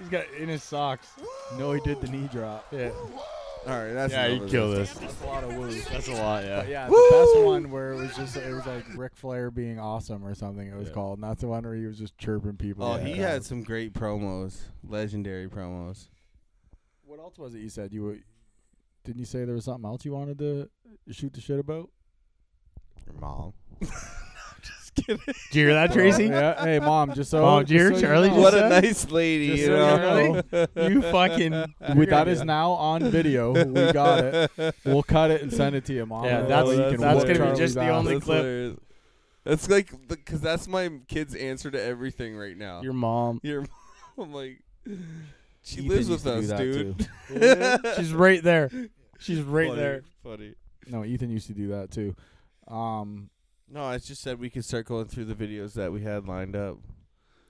He's got in his socks. No, he did the knee drop. Yeah. All right, that's Yeah, enough he of killed us. That's a lot of woos. That's a lot. But Uh, yeah, the best one where it was just it was like Ric Flair being awesome or something. It was called, and that's the one where he was just chirping people. Oh, Yeah. he had some great promos, legendary promos. What else was it you said? You were, didn't you say there was something else you wanted to shoot the shit about? Your mom. kidding. Did you hear that, Tracy? yeah. Hey, mom. Just so. Mom, just dear so Charlie You know. just What a said- nice lady, Just you so know. you you fucking. We, that is now on video. We got it. We'll cut it and send it to you, mom. Yeah, That that's- way you can that's whoop gonna be Charlie's just the ass. only- That's clip. hilarious. That's like because that's my kid's answer to everything right now. Your mom. Your mom, I'm like, she Ethan lives used with to do us, that dude. too. She's right there. She's right Funny, there. Funny. No, Ethan used to do that too. Um, No, I just said we could start going through the videos that we had lined up.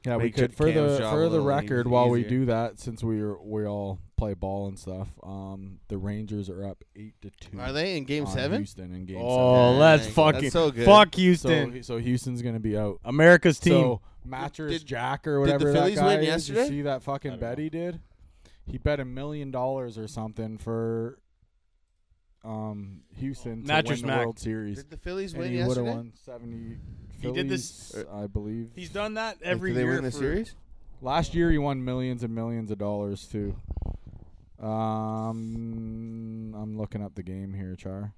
yeah, we Make could Jim for Cam's the job a for the little record eas- while we easier. do that since we are, we all play ball and stuff. Um, the Rangers are up eight to two. they in Game on Houston in game Oh, let's Dang, fucking that's so good. fuck seven. Houston, So so Houston's gonna be out. America's team. So mattress Did- Jack or did the whatever Phillies that guy win is, yesterday? You see that fucking bet he did? He bet a million dollars or something for um Houston to Mattress win the Mac. World Series. the Phillies And he would have won seventy. He Phillies, did this- I believe. he's done that every uh, Did they year. win the for- series? Last year he won millions and millions of dollars too. Um, I'm looking up the game here, Char.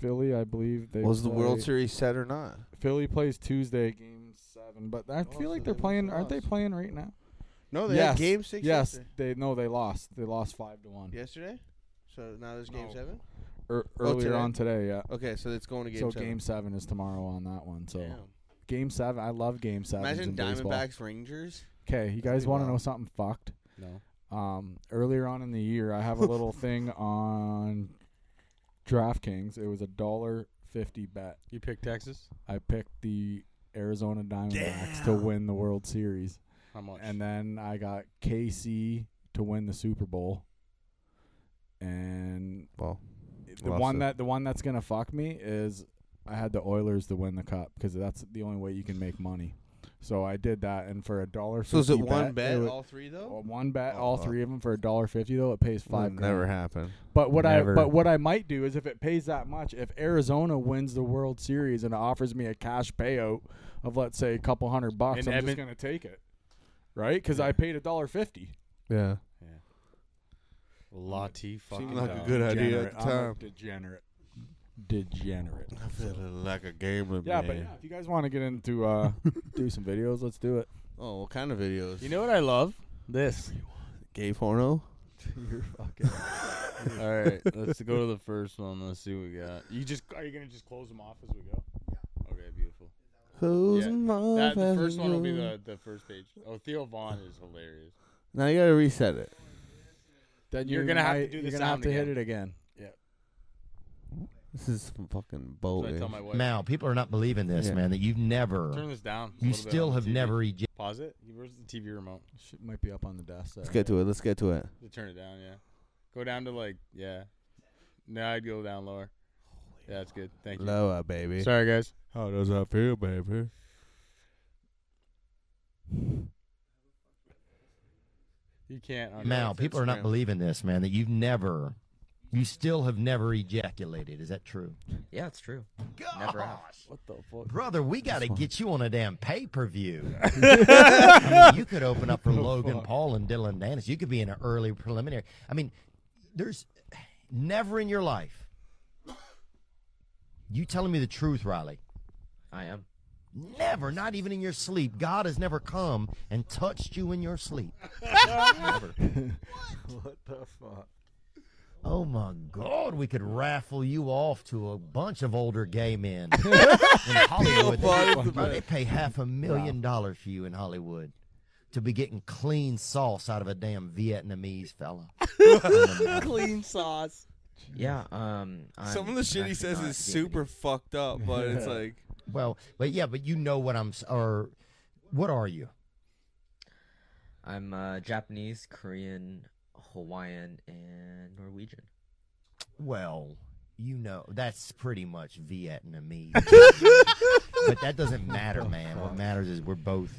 Philly, I believe they Was the World play- Series set or not? Philly plays Tuesday, game seven. But I Oh, so feel like they they're must playing. have Aren't they lost. playing right now? No, yes. six. Yes, they no, they lost. They lost five to one Yesterday. So now there's game No. Er, seven. Ear- Oh, earlier today? on today. Yeah. Okay, so it's going to game so seven. game seven is tomorrow on that one. So game seven. I love game seven. Imagine Diamondbacks Rangers. Okay, you guys be want to wild. know something fucked? No. Um, earlier on in the year, I have a little thing on DraftKings. It was a dollar fifty bet. You picked Texas. I picked the Arizona Diamondbacks to win the World Series. How much? And then I got KC to win the Super Bowl. And Well, the lost one it. that the one that's gonna fuck me is I had the Oilers to win the cup because that's the only way you can make money. So I did that, and for a dollar. So is it 50 one it bet, wa- all three though? well, one bet, Oh, all fuck. three of them for a dollar fifty though. It pays five. grand. happened. But what Never. I but what I might do is if it pays that much, if Arizona wins the World Series and it offers me a cash payout of let's say a couple hundred bucks, In I'm Edmon- just gonna take it, right? Because I paid a dollar fifty. Yeah. Lati fucking. Seemed like a Bell. good idea at Degenerate. the I'm a time. degenerate. Degenerate. I feel like a gamer, Yeah, but yeah, if you guys want to get into uh, do some videos, let's do it. Oh, what kind of videos? You know what I love? This. gay porno. You're fucking. All right, let's go to the first one. Let's see what we got. You just are you gonna just close them off as we go? Yeah. Okay, beautiful. Who's Yeah. my That, the first best one will be girl? the, the first page. Oh, Theo Vaughn is hilarious. Now you gotta reset it. Then You're you gonna have to might- do the You're gonna have sound to again. hit it again. This is some fucking So I bold. tell my wife. Now, people are not believing this, Yeah. man, that you've Turn never, this down. a you little bit still on the have TV. never rejected. Pause it. Where's the TV remote? Shit might be up on the desk. There. Let's get to it. Let's get to it. Just Turn it down. Yeah. Go down to like yeah. No, I'd go down lower. Yeah, that's good. Thank you. Lower, baby. Sorry, guys. How does that feel, baby? You can't. on- Now, people are Instagram. not believing this, man, that you've never, you still have never ejaculated. Is that true? Yeah, it's true. Gosh. Never have. What the fuck? Brother, we got to get you on a damn pay per view. I mean, you could open up for Logan Paul and Dylan Dennis. You could be in an early preliminary. I mean, there's never in your life. You telling me the truth, Riley? I am. Never, not even in your sleep. God has never come and touched you in your sleep. What the fuck? Oh my God, we could raffle you off to a bunch of older gay men in Hollywood. Bro, they pay half a million dollars for you in Hollywood to be getting clean sauce out of a damn Vietnamese fella. Clean sauce. Yeah. Um. I'm Some of the shit he actually says not is gay. super fucked up, but it's like well, but yeah, but you know what I'm s- or what are you? I'm uh, Japanese, Korean, Hawaiian, and Norwegian. Well, you know that's pretty much Vietnamese, but that doesn't matter, man. What matters is we're both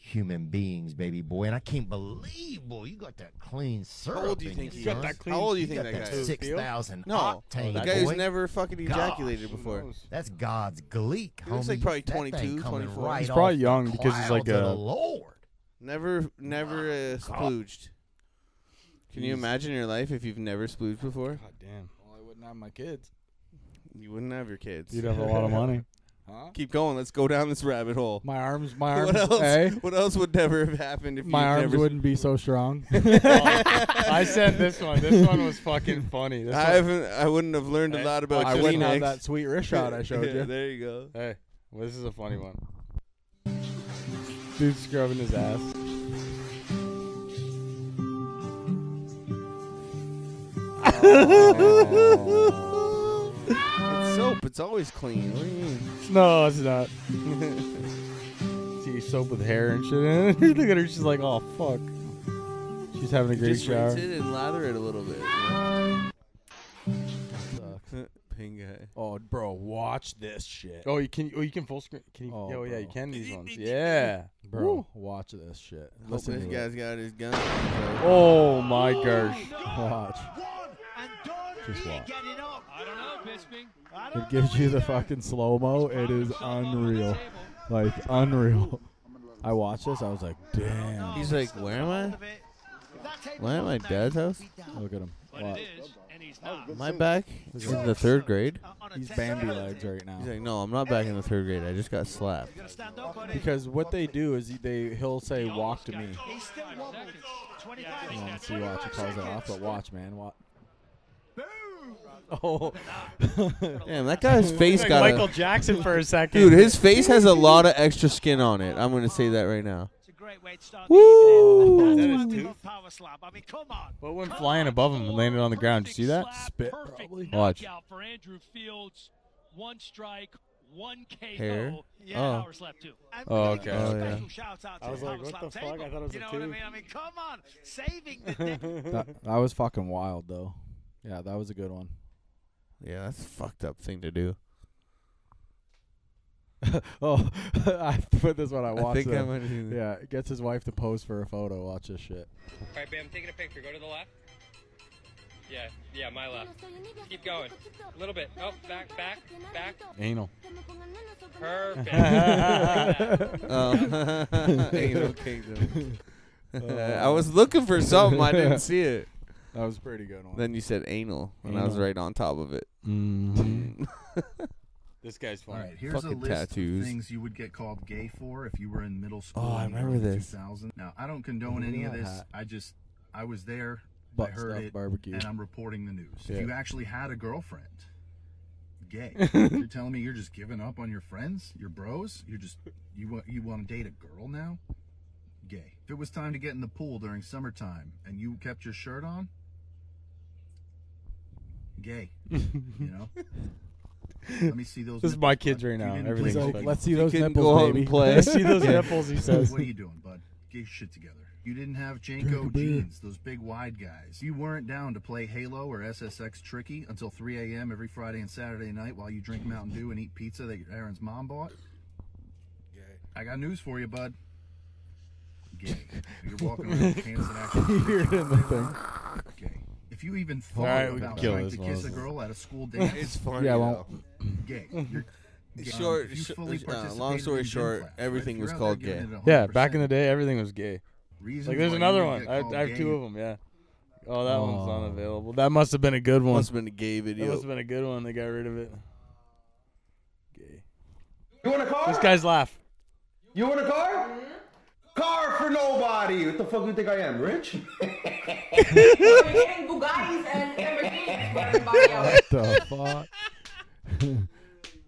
human beings, baby boy. And I can't believe, boy, you got that clean syrup. how old do you in think you, he son. is? How old do You you think got that that guy is? six thousand No, octane, the guy who's boy. never fucking ejaculated before. That's God's gleek. He looks like homie. probably That thing 22, coming 24. Right He's probably off the young because he's like clouds of a- the Lord. Never, never uh, splooged. Can you imagine your life if you've never splooged before? God damn. Well, I wouldn't have my kids. You wouldn't have your kids. You'd have a lot of money. Keep going. Let's go down this rabbit hole. My arms, my arms. What else? eh? What else would never have happened if my you'd arms never wouldn't be so strong. I said this one. This one was fucking funny. This I one- haven't. I wouldn't have learned a Hey, lot about. I wouldn't have Kleenex. that sweet wrist shot I showed Yeah, you. There you go. Hey, well, this is a funny one. Dude scrubbing his ass. Oh, It's soap. It's always clean. What do you mean? No, it's not. See soap with hair and shit. in it. Look at her. She's like, oh fuck. She's having a great Just shower. rinse it and lather it a little bit. Pink guy. Oh, bro, watch this shit. Oh, you can. Oh, you can full screen. Can you? Oh, Oh, yeah, you bro. can these ones. Yeah, Bro, watch this shit. Hope Listen this to guy's got his gun. Woo. Oh my gosh. it. Watch. Just watch. I don't know, Bisping. I It gives you the fucking slow mo. It is unreal. Like, unreal. I watched this. I was like, damn. He's like, where am I? Why am I at dad's house? Look at him. Watch. Am I back in the third grade? He's Bambi legs right now. He's like, no, I'm not back in the third grade. I just got slapped. Because what they do is they he'll say walk to me. And see watch he calls it off, but watch man, watch. Oh, Damn, that guy's face Like got Michael a, Jackson for a second. dude. His face has a lot of extra skin on it. I'm gonna say that right now. It's a great way to start the evening. Is that That's why his we tooth? love Power Slap. I mean, come on. What went flying above him and landed on the ground? Did you see that? Spit, Perfect probably. Watch. knockout for Andrew Fields. One strike, one KO. Hair? Yeah, Oh. Power Slap too. Oh, okay. Oh, yeah. Special shout out to I was the like, Power what Slap the fuck? table. I thought it was a You know what I tooth. mean? I mean, come on. Saving the dick. that, that was fucking wild though. Yeah, that was a good one. Yeah, that's a fucked up thing to do. Oh, I put this one. I watched. I think it. I might have seen that. yeah, gets his wife to pose for a photo. Watch this shit. All right, Bam, taking a picture. Go to the left. Yeah, yeah, my left. Keep going. A little bit. Oh, back, back, back. Anal. Perfect. Oh. Anal Kingdom. I was looking for something. I didn't see it. That was a pretty good one. Then you said anal, and I was Anal. right on top of it. This guy's All funny. right, here's a Fucking list tattoos. of things you would get called gay for if you were in middle school. Oh, I in the remember early this. 2000. Now, I don't condone Look at any of that this. hat. I just, I was there. Butt I heard stuff it, barbecue. and I'm reporting the news. Yeah. If you actually had a girlfriend, gay, you're telling me you're just giving up on your friends, your bros. You're just, you want, you want to date a girl now? Gay. If it was time to get in the pool during summertime and you kept your shirt on, gay. you know. Let me see those. This is nipples, my kids bud. right If you now. didn't play Everything's He's like, fucking- let's see You those can nipples, go out and baby. play. Let's see those Yeah. nipples. He says. What are you doing, bud? Get your shit together. You didn't have Drink a Janko beer. jeans, those big wide guys. You weren't down to play Halo or SSX Tricky until 3 a.m. every Friday and Saturday night while you drink Mountain Dew and eat pizza that your Aaron's mom bought. I got news for you, bud. Gay. You're walking around with pants and actually. You're in the thing. Gay. If you even thought right, we can about kill trying this to one. kiss a girl at a school dance, It's funny. Yeah, though. well, gay. You're gay. Short- If you sh- fully uh, long participated story in gym short, class, everything if you're was out there called giving gay. it yeah, back in the 100%, day, everything was gay. reasons Like, there's why you another would one. get I, called I have gay two is of them. Yeah. Oh, that one's Oh. unavailable. That must have been a good one. Must have been a gay That must video. have been a good one. They got rid of it. Gay. You want a car? This guy's laugh. you want a car? Car for nobody. What the fuck do you think I am, rich? We're getting Bugattis and Lamborghinis for everybody else. what the fuck?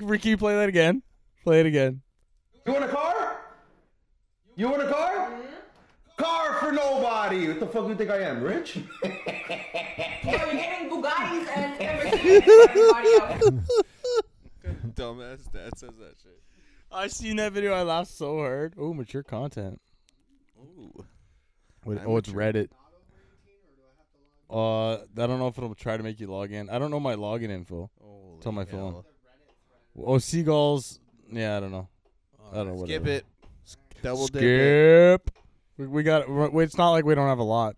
Ricky, you play that again? Play it again. You want a car? You want a car? Car for nobody. What the fuck do you think I am, rich? We're getting Bugattis and Lamborghinis for everybody else. Dumbass dad says that shit. I seen that video. I laughed so hard. Oh, mature content. Ooh. Wait, I'm oh, it's mature. Reddit. Uh, I don't know if it'll try to make you log in. I don't know my login info. It's on my phone. Oh, seagulls. Yeah, I don't know. I don't know what. Skip it. Double dip it. Skip. We, we got. Wait, it's not like we don't have a lot.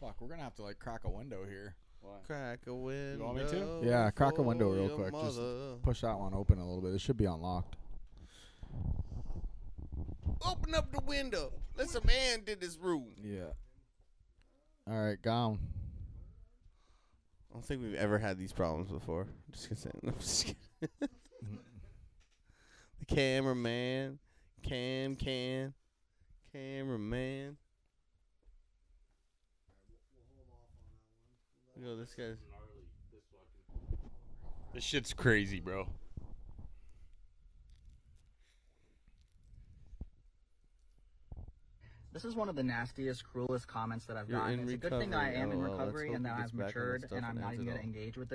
Fuck, we're gonna have to like crack a window here. Crack a window. want me to? Yeah, crack a window real quick, just- Just Push that one open a little bit. It should be unlocked. Open up the window. Let's abandon this room. Yeah. All right, gone. I don't think we've ever had these problems before. I'm just gonna say. I'm just kidding. the cameraman, cam, can, cameraman. Yo, this guy's. This shit's crazy, bro. This is one of the nastiest, cruelest comments that I've You're gotten. in It's a good thing I recovery, am in LOL. recovery Let's and that hope he gets I've back on his matured stuff and and I'm not ends even it going to all. engage with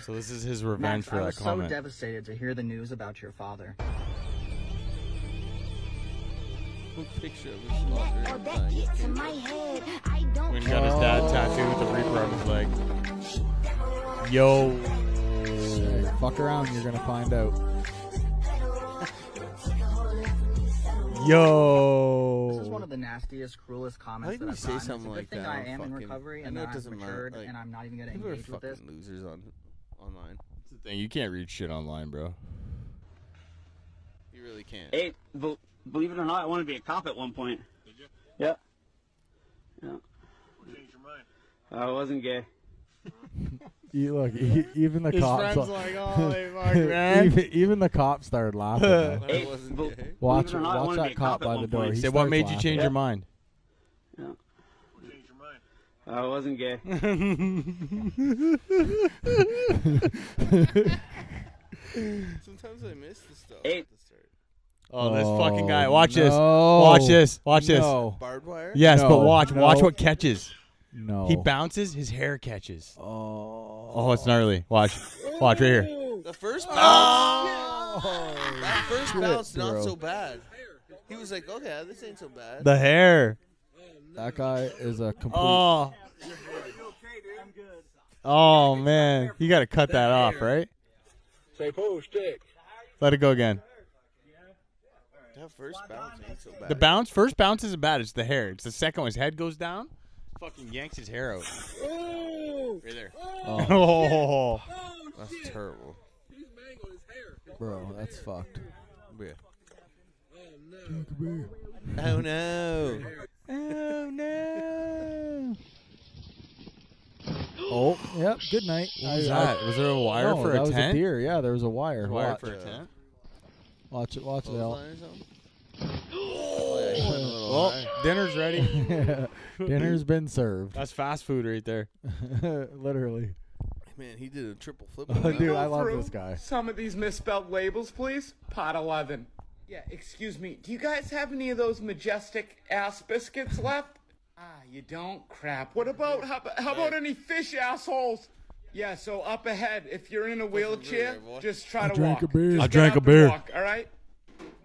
this. So this is his revenge Max, for I that was comment. so devastated to hear the news about your father. picture of his daughter. Oh, that gets in my head. I don't when he got his dad tattooed with a reaper on his leg. Yo. Fuck around, you're gonna find out. This is Yo. one of the nastiest, cruelest How comments can that you I've say gotten. It's a something good like thing that? I on am in fucking- recovery I and know that it I've doesn't matter. matured Like, and I'm not even going to people are engage with fucking this. losers on online. Thing, you can't read shit online, bro. You really can't. Hey, be- believe it or not, I wanted to be a cop at one point. Did you? Yeah. Yeah. Change your mind. I wasn't gay. You look, e- even the His cops. friend's like, "Oh, "Holy fuck, man." even, even the cops started laughing. man. Hey, be- believe it Watch, or not, I watch wanted to be that a cop cop at by the one door. point. He Say, what starts made you laughing. change your mind? I wasn't gay. Sometimes I miss the stuff. at the start. Oh, this fucking guy. Oh, Watch this. no. Watch this. Watch this. No. Barbed wire? Yes, No. but watch. Watch No. what catches. No. He bounces, his hair catches. Oh. Oh, it's gnarly. Watch. Watch right here. The first bounce, Oh, that first shit, bounce, bro. not so bad. He was like, okay, this ain't so bad. The hair. That guy is a complete. Oh. Oh, man. You got to cut that off, right? Say, oh, stick. Let it go again. That first bounce ain't so bad. The bounce, first bounce isn't bad. It's the hair. It's the second one. His head goes down. Fucking yanks his hair out. Ooh. Right there. Oh. That's terrible. Bro, that's fucked. Yeah. Oh no. Oh no. Oh, yep. Good night. What was that? Was there a wire no, for a that was tent? a deer. Yeah, there was a wire. There's a wire watch. for a tent? Watch it. Watch it. Al. Well, dinner's ready. Dinner's been served. That's fast food right there. Literally. Man, he did a triple flip. Oh, over dude, there. I love this guy. Some of these misspelled labels, please. Pot 11. Yeah, excuse me. Do you guys have any of those majestic ass biscuits left? ah, you don't? Crap. What about how, how about any fish assholes? Yeah, so up ahead, if you're in a wheelchair, just try I to drank a walk. beer. Just I get drank up a and beer. Walk, all right?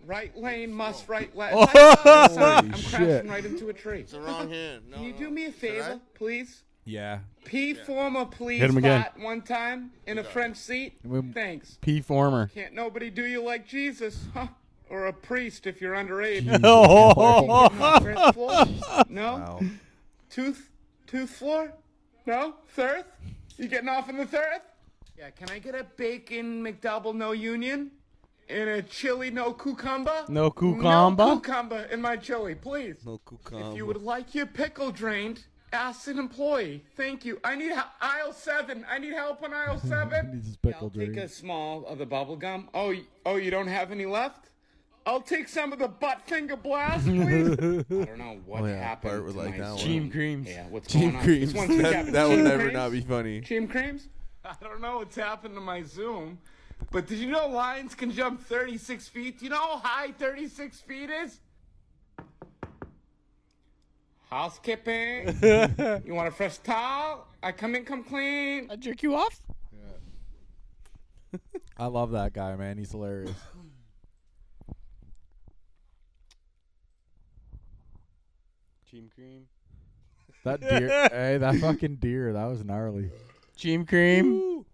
Right lane must right left. Oh, I'm holy shit. crashing right into a tree. It's the wrong hand. Can you do me a favor, please? Yeah. P former, please. Hit him again. fat one time in a French seat. Wim- Thanks. P former. Can't nobody do you like Jesus, huh? Or a priest if you're underage. Jesus. Oh. Working on first floor? No. Wow. Tooth, tooth floor? No. Third? You getting off in the third? Yeah. Can I get a bacon McDouble no union? And a chili no cucumber? No cucumber? No cucumber in my chili, please. No If you would like your pickle drained, ask an employee. Thank you. I need h- aisle seven. I need help on aisle seven. Needs his pickle Take drink. a small of the bubble gum. Oh, y- oh, you don't have any left? I'll take some of the butt finger blast, please. I don't know what Oh, yeah, happened. Bart would to like my that one. skin. Cheam creams. Yeah, what's Cheam going on? creams. This one's from That- Captain that would Cheam never creams? not be funny. Cheam creams? I don't know what's happened to my Zoom, but did you know lions can jump 36 feet? Do you know how high 36 feet is? Housekeeping. you want a fresh towel? I come in, come clean. I jerk you off? I love that guy, man. He's hilarious. Cheam cream. That deer. hey, that fucking deer. That was gnarly. Cheam cream.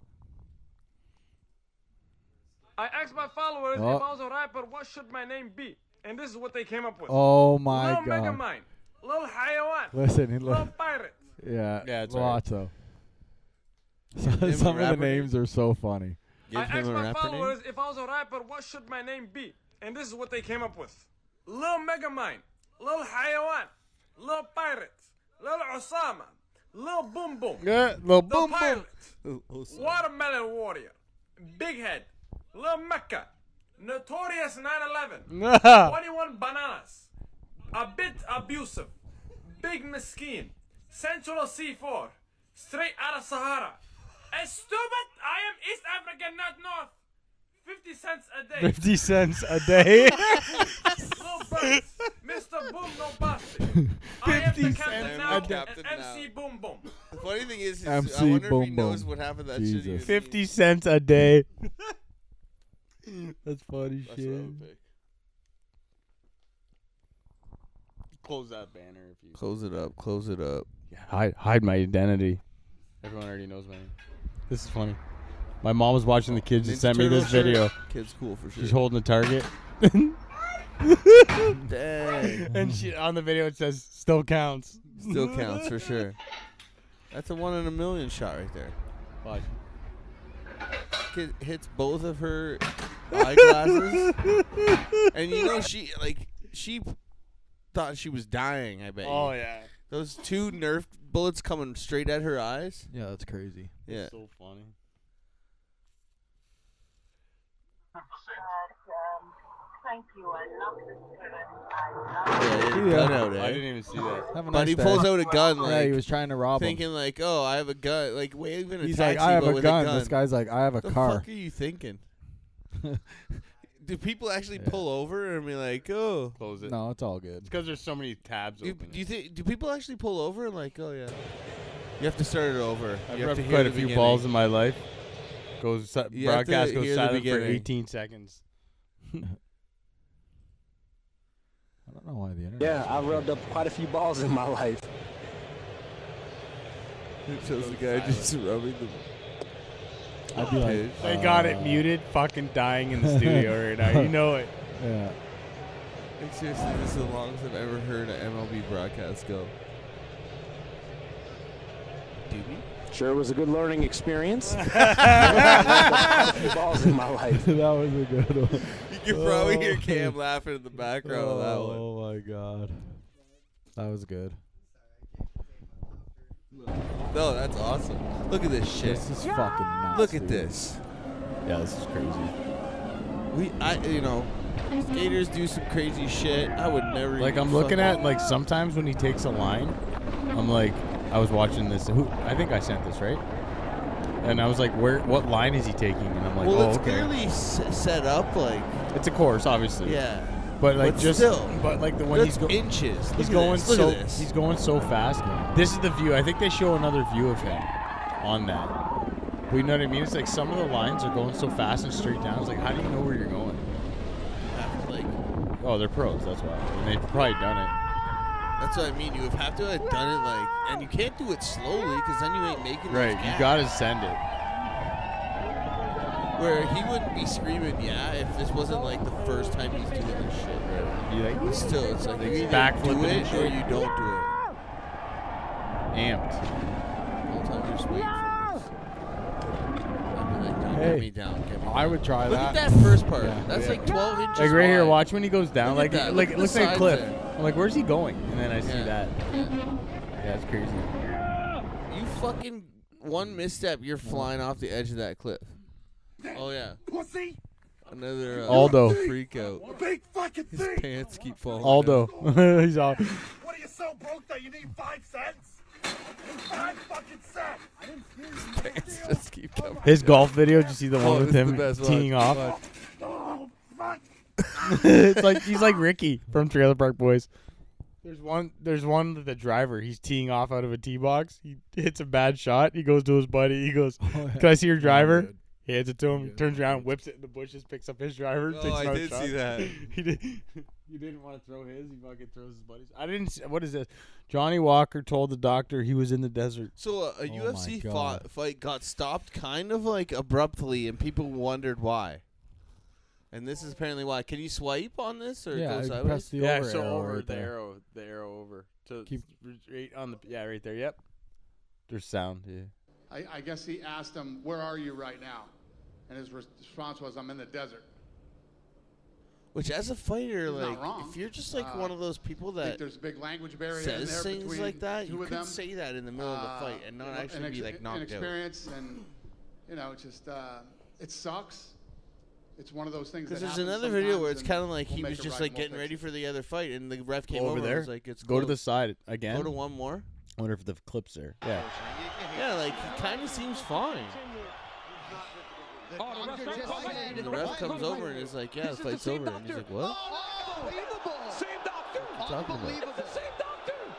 I asked my followers Oh. if I was a rapper, what should my name be? And this is what they came up with. Oh my Lil God. Megamind, Lil Hayawan, Listen, he Lil look- Pirate. Yeah. Yeah, it's alright. Lots of. So- a Some of the rapper names are so funny. I asked my followers if I was a rapper, what should my name be? And this is what they came up with. Lil Megamind, Lil Hayawan, Lil Pirate, Lil Osama, Lil Boom Boom. Yeah, Lil Boom The Boom. Pilot. Oh, oh, sorry. Watermelon Warrior. Big Head. Lil Mecca. Notorious 911. 21 Bananas. A bit abusive. Big Mesquite. Central C4. Straight out of Sahara. And stupid, I am East African, not North. 50 cents a day. 50 cents a day. Lil Burns. Mr. Boom No Bastard. I am the captain 50 cents now. a day. Captain and MC now. Boom Boom. The funny thing is, is I MC wonder if he Boom knows Boom. what happened to that shit. he Jesus. was eating. 50 cents a day. That's funny That's what I shit. would pick. Close that banner if you. Close it up. Close it up. Hide, hide my identity. Everyone already knows my name. This is funny. My mom was watching the kids and Oh, Ninja sent me this Turtle shirt. video. Kid's cool for She's sure. holding a target. Dang. and she on the video it says still counts. Still counts for sure. That's a one in a million shot right there. Watch. Kid hits both of her eyeglasses, and you know she like she thought she was dying. I bet. you. Oh, yeah. Those two Nerf bullets coming straight at her eyes. Yeah, that's crazy. Yeah. So funny. Thank you. I love this Yeah, he had a Yeah. gun out, eh? I didn't even see that. Have a but nice he day. pulls out a gun. Yeah, Like, he was trying to rob him. thinking like, "Oh, I have a gun." Like, wait, even a He's taxi, like, "I have but a with gun." This guy's like, "I have a the car." fuck are you thinking? Do people actually pull over and be like, "Oh, close it"? No, it's all good. It's because there's so many tabs Do, open. do you think? Do people actually pull over and like, "Oh yeah"? You have to start it over. I've you have rubbed to hear quite the a few beginning. balls in my life. Goes si- You have to broadcast goes hear the silent for beginning. 18 seconds. I don't know why the internet. Yeah, I rubbed up quite a few balls in my life. It shows the guy just rubbing the. I'd be like, They got it uh, muted. Fucking dying in the studio right now. You know it. Yeah. Like, seriously, this is the longest I've ever heard an MLB broadcast go. Sure was a good learning experience. balls in my life. that was a good one. You can probably hear Cam laughing in the background oh, of that one. Oh my god, that was good. No, that's awesome. Look at this shit. This is fucking nuts, Look at dude. this. Yeah, this is crazy. We, I, you know, skaters do some crazy shit. I would never. Like even I'm looking fucking- at like sometimes when he takes a line, I'm like I was watching this. Who I think I sent this right, and I was like, where? What line is he taking? And I'm like, well, oh, it's okay. clearly s- set up like. It's a course, obviously. Yeah. But like But just still. but like the one That's he's going inches. Look He's at going this. Look so at this. he's going so fast. This is the view. I think they show another view of him on that. But you know what I mean? It's like some of the lines are going so fast and straight down. It's like how do you know where you're going? Oh, they're pros. That's why. And they've probably done it. That's what I mean. You would have to have done it like, and you can't do it slowly because then you ain't making. those Right. You gaps. gotta send it. Where he wouldn't be screaming, yeah, if this wasn't like the first time he's doing this shit. You like- But still, it's like Like you either backflipping and do it or shit. you don't do it. Amped. All the time you're just waiting for this. I'd be like, "Don't Hey. get me down, get me I would try Look that. at that first part. Yeah. That's Yeah. like 12 inches. Like right here, wide. watch when he goes down. Look Like at that. like Look it at looks the like a sides cliff. there. I'm like, where's he going? And then I see Yeah. that. Yeah, it's crazy. You fucking one misstep, you're flying off the edge of that cliff. Oh yeah. Pussy! Another uh, Aldo. freak out. Big fucking His pants keep falling. down. Aldo. He's all What are you so broke that you need five cents? Five fucking cents! I didn't hear you. Pants just keep Oh coming. Oh, His golf video, did you see the one one with him teeing off? it's like he's like Ricky from Trailer Park Boys. There's one there's one that the driver, he's teeing off out of a tee box. He hits a bad shot. He goes to his buddy. He goes, Oh, Can I see your driver? He hands it to him, turns around, whips it in the bushes, picks up his driver, Oh, takes I another did shot. see that. he did You didn't want to throw his, he fucking throws his buddies. I didn't see, what is this? Johnny Walker told the doctor he was in the desert. So uh, a my UFC God. fought, fight got stopped kind of like abruptly, and people wondered why. And this is apparently why. Can you swipe on this or Yeah, go you sideways? press the yeah, over so arrow over right the there. arrow, the arrow over to Keep- right on the yeah, right there. Yep. There's sound. Yeah. I, I guess he asked him, Where are you right now? And his response was, I'm in the desert. Which, as a fighter, He's not like wrong. if you're just like Uh, one of those people I think that there's a big language barrier in says there things between like that, two you of could them. say that in the middle of Uh, the fight and you not know, actually and be ex- like knocked out. Inexperience and you know, it's just uh, it sucks. It's one of those things. Because Because there's another video where it's kind of like we'll he make was it just right like and we'll getting fix ready for the other fight, and the ref came over, over, and there. was like, "It's go to the close." side again. Go to one more. I wonder if the clips there. Yeah. Yeah, like he kind of seems fine. And the ref comes over and is like, "Yeah, the fight's over." And he's like, "What?" What are you talking about?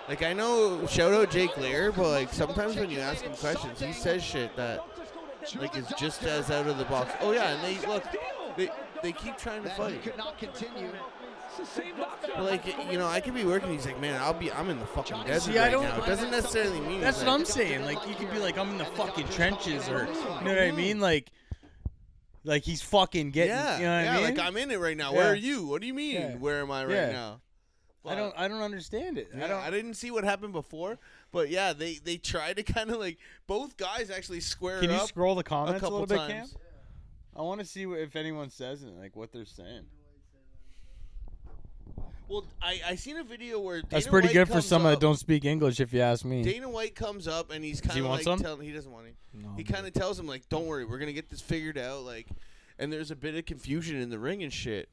Like I know, shout out Jake Lear, but like sometimes when you ask him questions, he says shit that like is just as out of the box. Oh yeah, and they look, they they keep trying to That he fight. could not continue. But like you know, I could be working. He's like, man, I'll be. I'm in the fucking desert See, I right don't- now. It doesn't necessarily mean. That's like, what I'm saying. Like you could be like, I'm in the fucking trenches, or you know what I mean? Like, like he's fucking getting. Yeah, you know what yeah. I mean? Like I'm in it right now. Yeah. Where are you? What do you mean? Yeah. Where am I right Yeah. now? I don't. I don't understand it. I don't. I didn't see what happened before, but yeah, they they tried to kind of like both guys actually square Can you up. scroll the comments a, couple little bit, Cam? times. I want to see what, if anyone says it, like what they're saying. Well, I I seen a video where That's Dana pretty White good for comes some that up- don't speak English, if you ask me. Dana White comes up and he's Does kind he of want like some? telling he doesn't want it. he kind of tells him like, "Don't worry, we're gonna get this figured out." Like, and there's a bit of confusion in the ring and shit.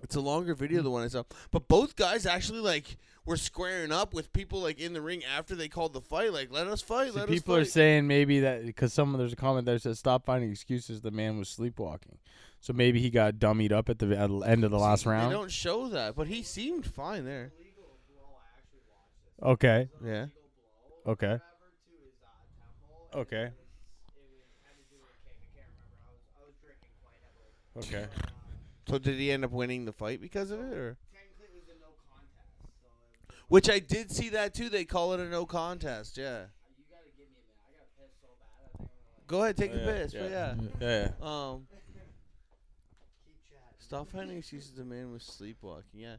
It's a longer video than one I saw, but both guys actually like were squaring up with people like in the ring after they called the fight. Like, let us fight. let People are us fight. saying maybe that because someone there's a comment there that says stop finding excuses. The man was sleepwalking, so maybe he got dummied up at the at the end of the last they round. don't show that, but he seemed fine there. Okay. Yeah. Okay. Okay. Okay. So did he end up winning the fight because of it, or? Which I did see that too. They call it a no contest. Yeah. Go ahead, take Oh, the yeah, piss. but yeah. Yeah. Yeah, Um. Stop finding excuses. The man was sleepwalking. Yeah.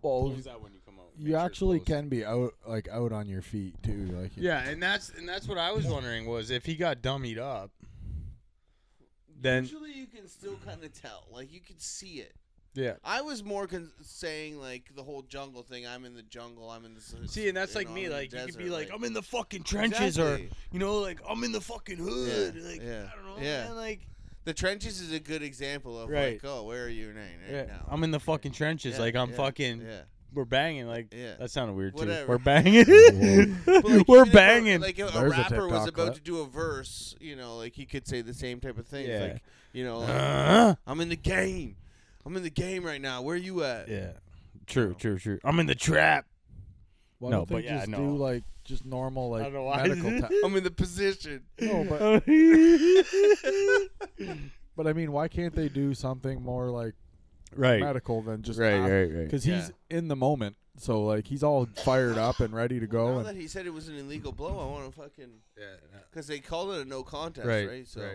Well, Close that when you come out. you actually can be out like out on your feet too. Like Yeah, and that's and that's what I was wondering was if he got dummied up, then Usually you can still kind of tell. Like you can see it. yeah. I was more con- saying like the whole jungle thing. I'm in the jungle. I'm in the See, and that's like me. Like you could be like, I'm in the fucking trenches, Exactly. or you know, like I'm in the fucking hood. Like I don't know, man. Like the trenches is a good example of Right. like, oh, where are you right, right yeah, now? I'm in the fucking trenches. Yeah, like I'm yeah, fucking. yeah. We're banging. Like Yeah. that sounded weird Whatever. too. We're banging. But, like, We're even if a- banging. Like if a rapper was about to do a verse, you know, like he could say the same type of thing. It's Yeah. Like, you know, like, Uh-huh. I'm in the game. I'm in the game right now. Where you at? Yeah. True. True. True. I'm in the trap. Why no, don't they but yeah, just no. do like just normal I like don't know why. medical tests? I'm in the position. No, but but I mean, why can't they do something more like Right. medical than just Right, right, right. Because he's in the moment, so like he's all fired up and ready to go. Now that And he said it was an illegal blow, I want to fucking because they called it a no contest, Right, right? So right.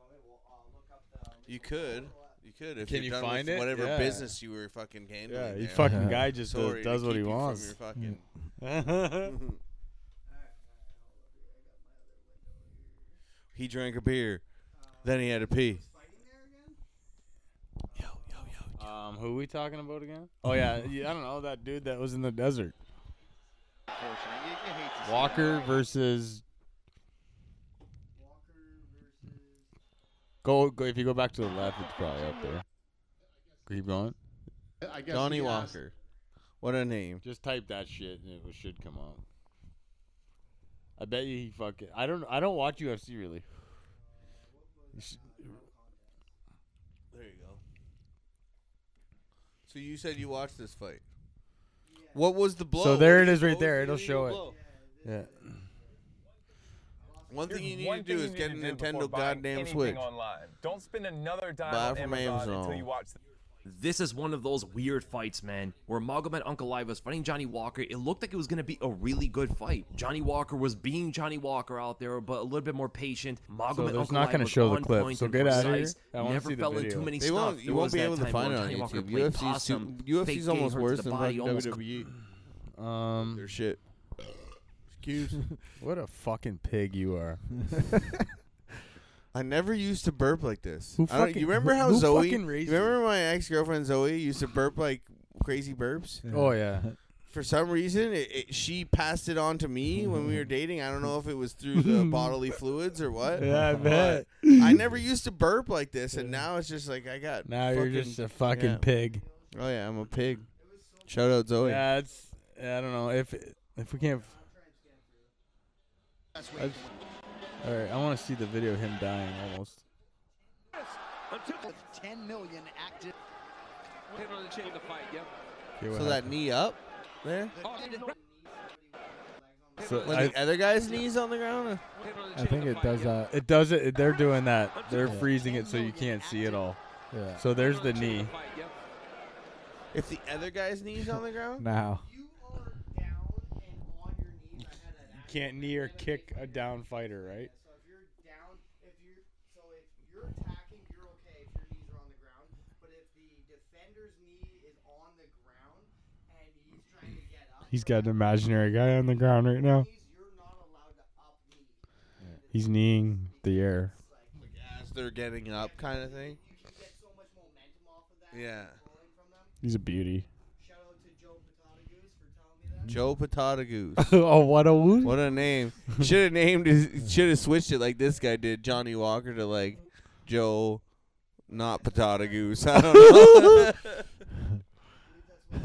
uh, um, you could, you could if Can you're you done find with it? whatever Yeah. business you were fucking handling. Yeah, you there. Uh-huh. fucking guy just does- Sorry to does what he keep you from wants. Mm. your fucking- he drank a beer, Uh, then he had to pee. Um, who we talking about again? Oh yeah, yeah, I don't know that dude that was in the desert. Walker versus. Go, go if you go back to the left, it's probably up there. Keep going. I guess Donnie if you ask- Walker, what a name. Just type that shit and it w- should come up. I bet you he fucking. I don't. I don't watch UFC really. You should- There you go. So you said you watched this fight. What was the blow? So What there was it the- is, right what was there. the It'll show illegal it. Yeah. blow? One thing Here's you one need to thing do is you get a need to do Nintendo before buying goddamn anything Switch. Online. Don't spend another dime Buy on from Amazon, Amazon. until you watch. The- This is one of those weird fights, man, where Magomed Ankalaev was fighting Johnny Walker. It looked like it was going to be a really good fight. Johnny Walker was being Johnny Walker out there, but a little bit more patient. Magomed there's Ankalaev not gonna was show the on clip, point so and get outta here. precise, I wanna Never see the fell video. into many They stuff. won't- you There won't was be that able to time where find it on Johnny Walker YouTube. played UFC 's possum, super- UFC 's fake gave almost her to worse the than body, fucking almost WWE. E. Um. Their shit. Excuse. what a fucking pig you are. I never used to burp like this. Who I don't- fucking- you remember who- how who Zoe? fucking raised you remember my ex girlfriend Zoe used to burp like crazy burps. Yeah. Oh, yeah. For some reason, it, it, she passed it on to me when we were dating. I don't know if it was through the bodily fluids or what. Yeah, I but bet. I never used to burp like this, and now it's just like I got. Now you're just a fucking yeah. pig. Oh yeah, I'm a pig. Shout out Zoe. Yeah, it's. I don't know if if we can't. I- all right, I want to see the video of him dying almost. With 10 million active. Hit on the chin to fight, yep. Oh, Okay, what So that happened? knee up there. So when I- the other guy's knees on the ground. I think it does uh, that. It does it. They're doing that. They're Yeah. freezing it so you can't see it all. Yeah. So there's the knee. If the other guy's knees on the ground. Now. You can't knee or kick a down fighter, right? He's got an imaginary guy on the ground right now. He's kneeing the air. as they're getting up kind of thing. Yeah. He's a beauty. Joe Potato Goose. oh, what a wound! What a name. Should have named his should have switched it like this guy did, Johnny Walker to like Joe not Potato Goose. I don't know.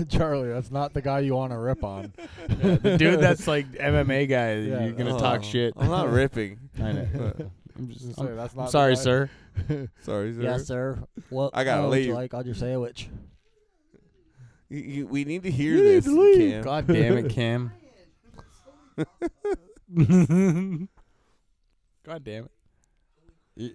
Charlie, that's not the guy you want to rip on. Yeah, the dude that's like MMA guy, Yeah. you're gonna talk Oh, shit. I'm not ripping. I know. But- I'm just Just I'm- say that's I'm not the sorry, guy. sir. Sorry, sir. Yes, sir. What? I gotta um, what would you leave. like on your sandwich? You- you- we need to hear You need this. to leave. Cam. God damn it, Cam. God damn it.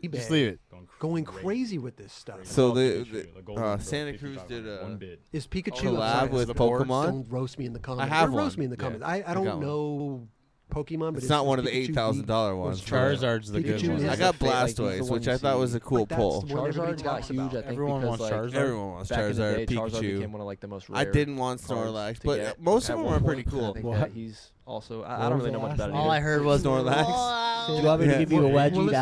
You- Just leave it. Going crazy with this stuff. So the, the uh, Santa Cruz did a Is Pikachu collab outside? with The board? Pokemon. Don't roast me in the comments. I have Or one. roast me in the Yeah, comments. I, I got don't one. know Pokemon, but It's not one of the Pikachu eight thousand dollar neat. ones. Pikachu is the I got fa- like, he's the Blastoise, one which you I thought see. was a cool Like, that's pull. the one everybody Charizard talks got huge, about. I think, Everyone because, wants like, Charizard. Everyone wants back in the Charizard. day, Pikachu. Charizard became one of, like, the most I rare didn't want cards Snorlax, to but get most at of them one were pretty point, and I cool. think that he's also. I, I don't really know much about it. All either. I heard was Snorlax. Do you want me to give you a wedgie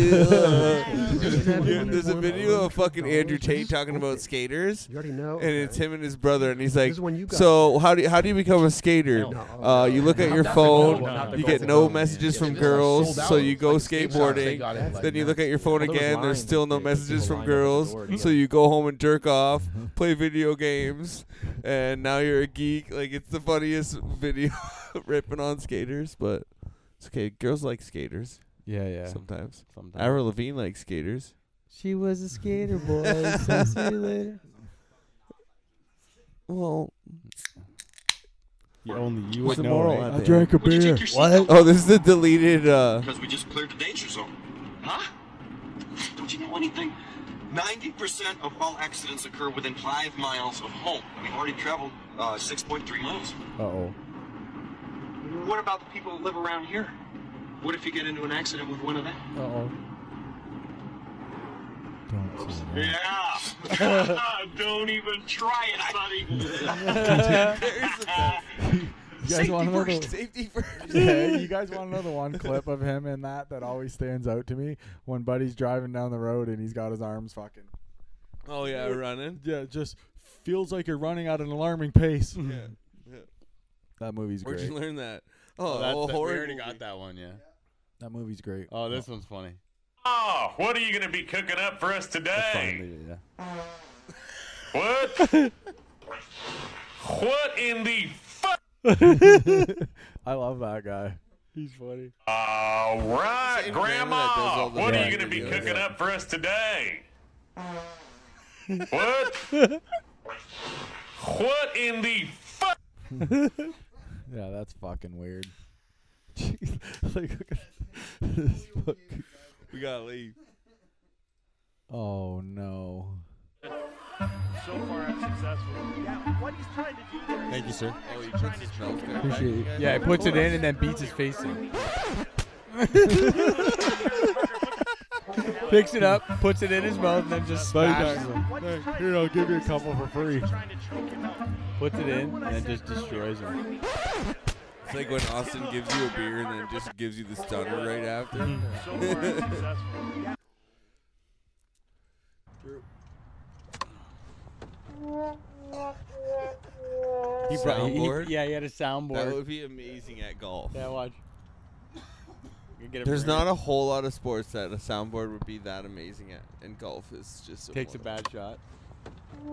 Yeah, down? There's a video of fucking Andrew Tate talking about skaters. You already know. And it's him and his brother, and he's like, one you got. "So how do you, how do you become a skater? Uh, you look at your Not the phone, gold one, not the you get gold no one. messages Yeah, from this one girls, sold out. so you go skate shops, they skateboarding. got it, like, Then you nuts. look at your phone Well, there was again. There's lines Uh-huh. still no that they- people messages from lined up at the girls, door to so you go home and jerk off, play video games, and now you're a geek. Like it's the funniest video ripping on skaters, but it's okay. Girls like skaters. Yeah, yeah. Sometimes. Sometimes. Avril Lavigne likes skaters. She was a skater boy. so see you later. Well, You only you What's would the know. moral right? at the end? Oh, this is the deleted. Uh, Because we just cleared the danger zone. Huh? Don't you know anything? 90% of all accidents occur within five miles of home. We've already traveled uh, 6.3 miles. Uh oh. What about the people that live around here? What if you get into an accident with one of them? Uh oh. Yeah! Don't even try it, buddy! You guys want another Yeah, you guys want another one clip of him in that that always stands out to me when Buddy's driving down the road and he's got his arms fucking. oh yeah, running. Yeah, just feels like you're running at an alarming pace. Yeah. That movie's Where'd great. you learn that? Oh, Oh, that's oh the- we horror already movie. got that one. Yeah. That movie's great. Oh, this one's funny. Oh, what are you going to be cooking up for us today? What? what in the fuck? I love that guy. He's funny. All right, Same family that does Grandma, all the what are dog you going to be videos, cooking yeah. up for us today? what? what in the fuck? yeah, that's fucking weird. Jeez, like, look at this fuck- We gotta leave. oh no. So far, I'm successful. Yeah, what he's trying to do there. Thank you, sir. Oh, he puts his mouth good, Appreciate it. Yeah, he puts it in and then beats his face in. Picks it up, puts it in his mouth, and then just smashes him. Here, I'll give you a couple for free. Puts it in and then just destroys him. It's like when Austin gives you a beer and then just gives you the stunner right Mm-hmm. after. He brought- he- he- Soundboard? yeah, he had a soundboard. That would be amazing at golf. Yeah, watch. You get a There's burner. not a whole lot of sports that a soundboard would be that amazing at, and golf is just Takes a bad shot. You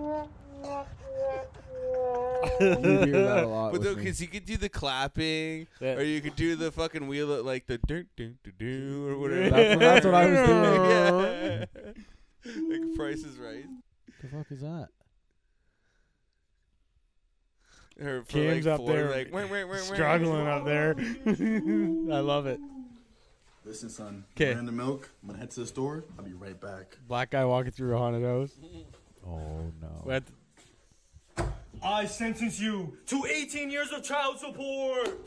hear that a lot But with though, me. because you could do the clapping, Yeah. or you could do the fucking wheel at like the do do do do or whatever. That's what- that's what I was doing. yeah. Like Price is Right. The fuck is that? Or for Cam's like up Florida, there, like, "Wah, wah, wah, wah." struggling up there. I love it. Listen, son. 'Kay. Brand of milk. I'm gonna head to the store. I'll be right back. Black guy walking through a haunted house. Oh no. What? I sentence you to 18 years of child support.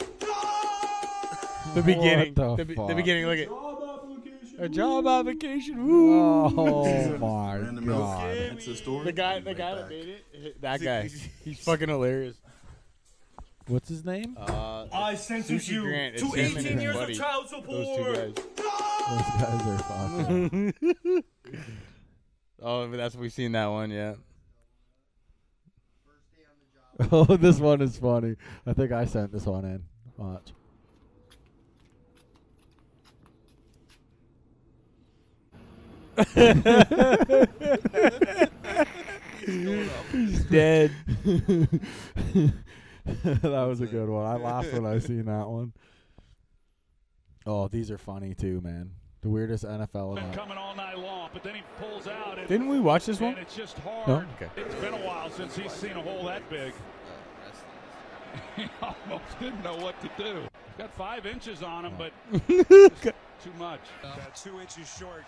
The beginning. the the, be- the fuck? beginning. Look at a job application. Woo! Oh my god. Head to the store. The guy, the guy that made it, that guy, he's fucking hilarious. What's his name? Uh, I sentence Sushi you Grant, to it's him and 18 his years buddy. of child Those two guys. support. Those guys are fucking. Oh, but that's we've seen that one, yeah. oh, this one is funny. I think I sent this one in. Watch. He's dead. that was a good one. I laughed when I seen that one. Oh, these are funny too, man. The weirdest NFL. Been amount. coming all night long, but then he pulls out. And, Didn't we watch this one? And it's just hard. No. Okay. It's been a while since he's seen a hole that big. he almost didn't know what to do. Got five inches on him, but just too much. About two inches short,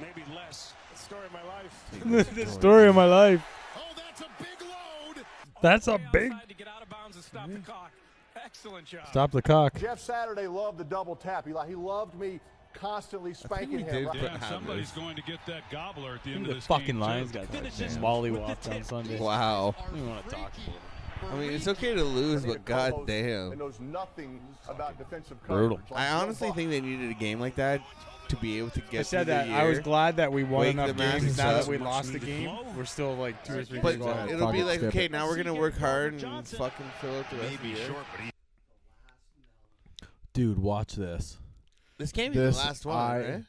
maybe less. Story of my life. the story of my life. That's a big. Stop the cock. Jeff Saturday loved the double tap. He, li- he loved me constantly spanking him. right? Damn, somebody's going to get that gobbler at the end of The this fucking game, too. Lions got Finishes mollywopped on Sunday. Wow. I don't even want to talk. I mean, it's okay to lose, but goddamn. And knows nothing about defensive coverage. Brutal. I honestly think they needed a game like that to be able to get. I said through the that I was year, glad that we won wake the enough games. masses Now up. that we lost the game, we're still like two or three. But games ahead. it'll be like, okay, now we're gonna work hard and fucking fill out the rest of the year. Dude, watch this. This can't be the last one, I, right?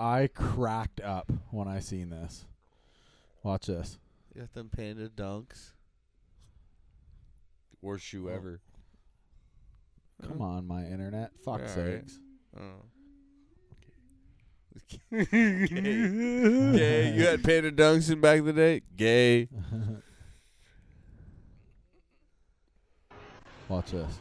I cracked up when I seen this. Watch this. You got them panda dunks. Oh. worst shoe ever. Come Mm. on, my internet. Fuck Alright. sakes. Oh. Gay. Gay. You had panda dunks in back in the day. Gay. Watch this.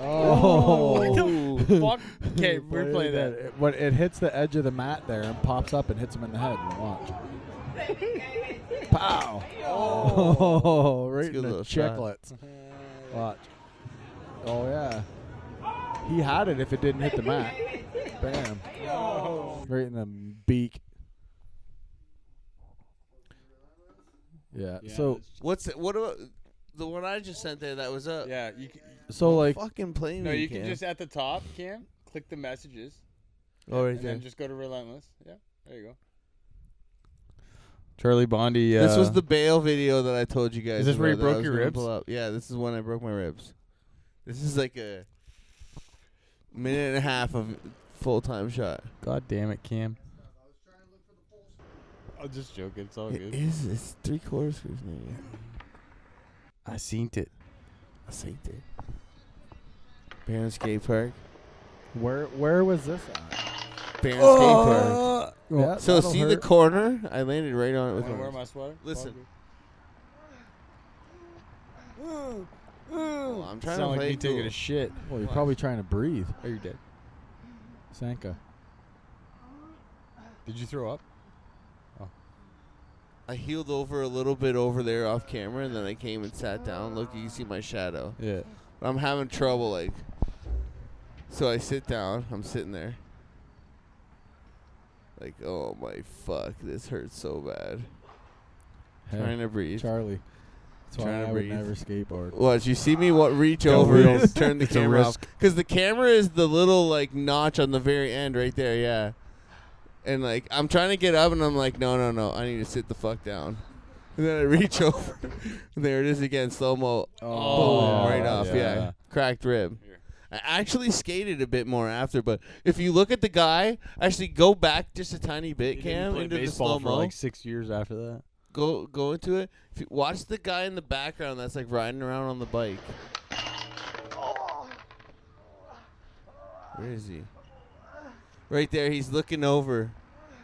Oh. What the fuck? Okay, Play replay that. that. It, when it hits the edge of the mat there and pops up and hits him in the head. Watch. Pow. Oh, right in good the little shot. chicklets. Watch. Oh, yeah. He had it if it didn't hit the mat. Bam. Right in the beak. Yeah. So, what's it, what about the one I just sent there? That was up. Yeah, you can, so like. fucking play no, me, you can Cam. just at the top, Cam, click the messages. Oh, right and there. then just go to relentless. Yeah, there you go. Charlie Bondi. Uh, This was the bail video that I told you guys. this where you about that I broke was your gonna ribs? pull up. Yeah, this is when I broke my ribs. This is like a minute and a half of full time shot. God damn it, Cam. I'm just joking. It's all It good. is. It's three quarters screws, maybe. I seen it. I seen it. Barron Skate Park. Where where was this at? Barron Oh. Skate Park. Yeah, so that'll see the hurt. corner? I landed right on it with Wanna my wear wrist. my sweater? Listen. Well, I'm trying Sound to like play you taking cool. a shit. Well, you're What? probably trying to breathe. Are you dead? Sanka. Did you throw up? Oh. I healed over a little bit over there off camera, and then I came and sat down. Look, you can see my shadow. Yeah. But I'm having trouble, like. So I sit down. I'm sitting there. Like, oh my fuck, this hurts so bad. Hey, Trying to breathe. Charlie. That's why I would never skateboard. What you see me? What reach Got over wheels. and turn the It's a camera off? risk. Because the camera is the little like notch on the very end right there. Yeah, and like I'm trying to get up and I'm like, no, no, no, I need to sit the fuck down. And then I reach over. there it is again, slow mo. Oh, right off. Yeah. yeah. cracked rib. I actually skated a bit more after, but if you look at the guy, actually go back just a tiny bit, Cam, played into the slow baseball for mo like six years after that. go go into it. If you watch the guy in the background that's like riding around on the bike. Where is he? Right there, he's looking over,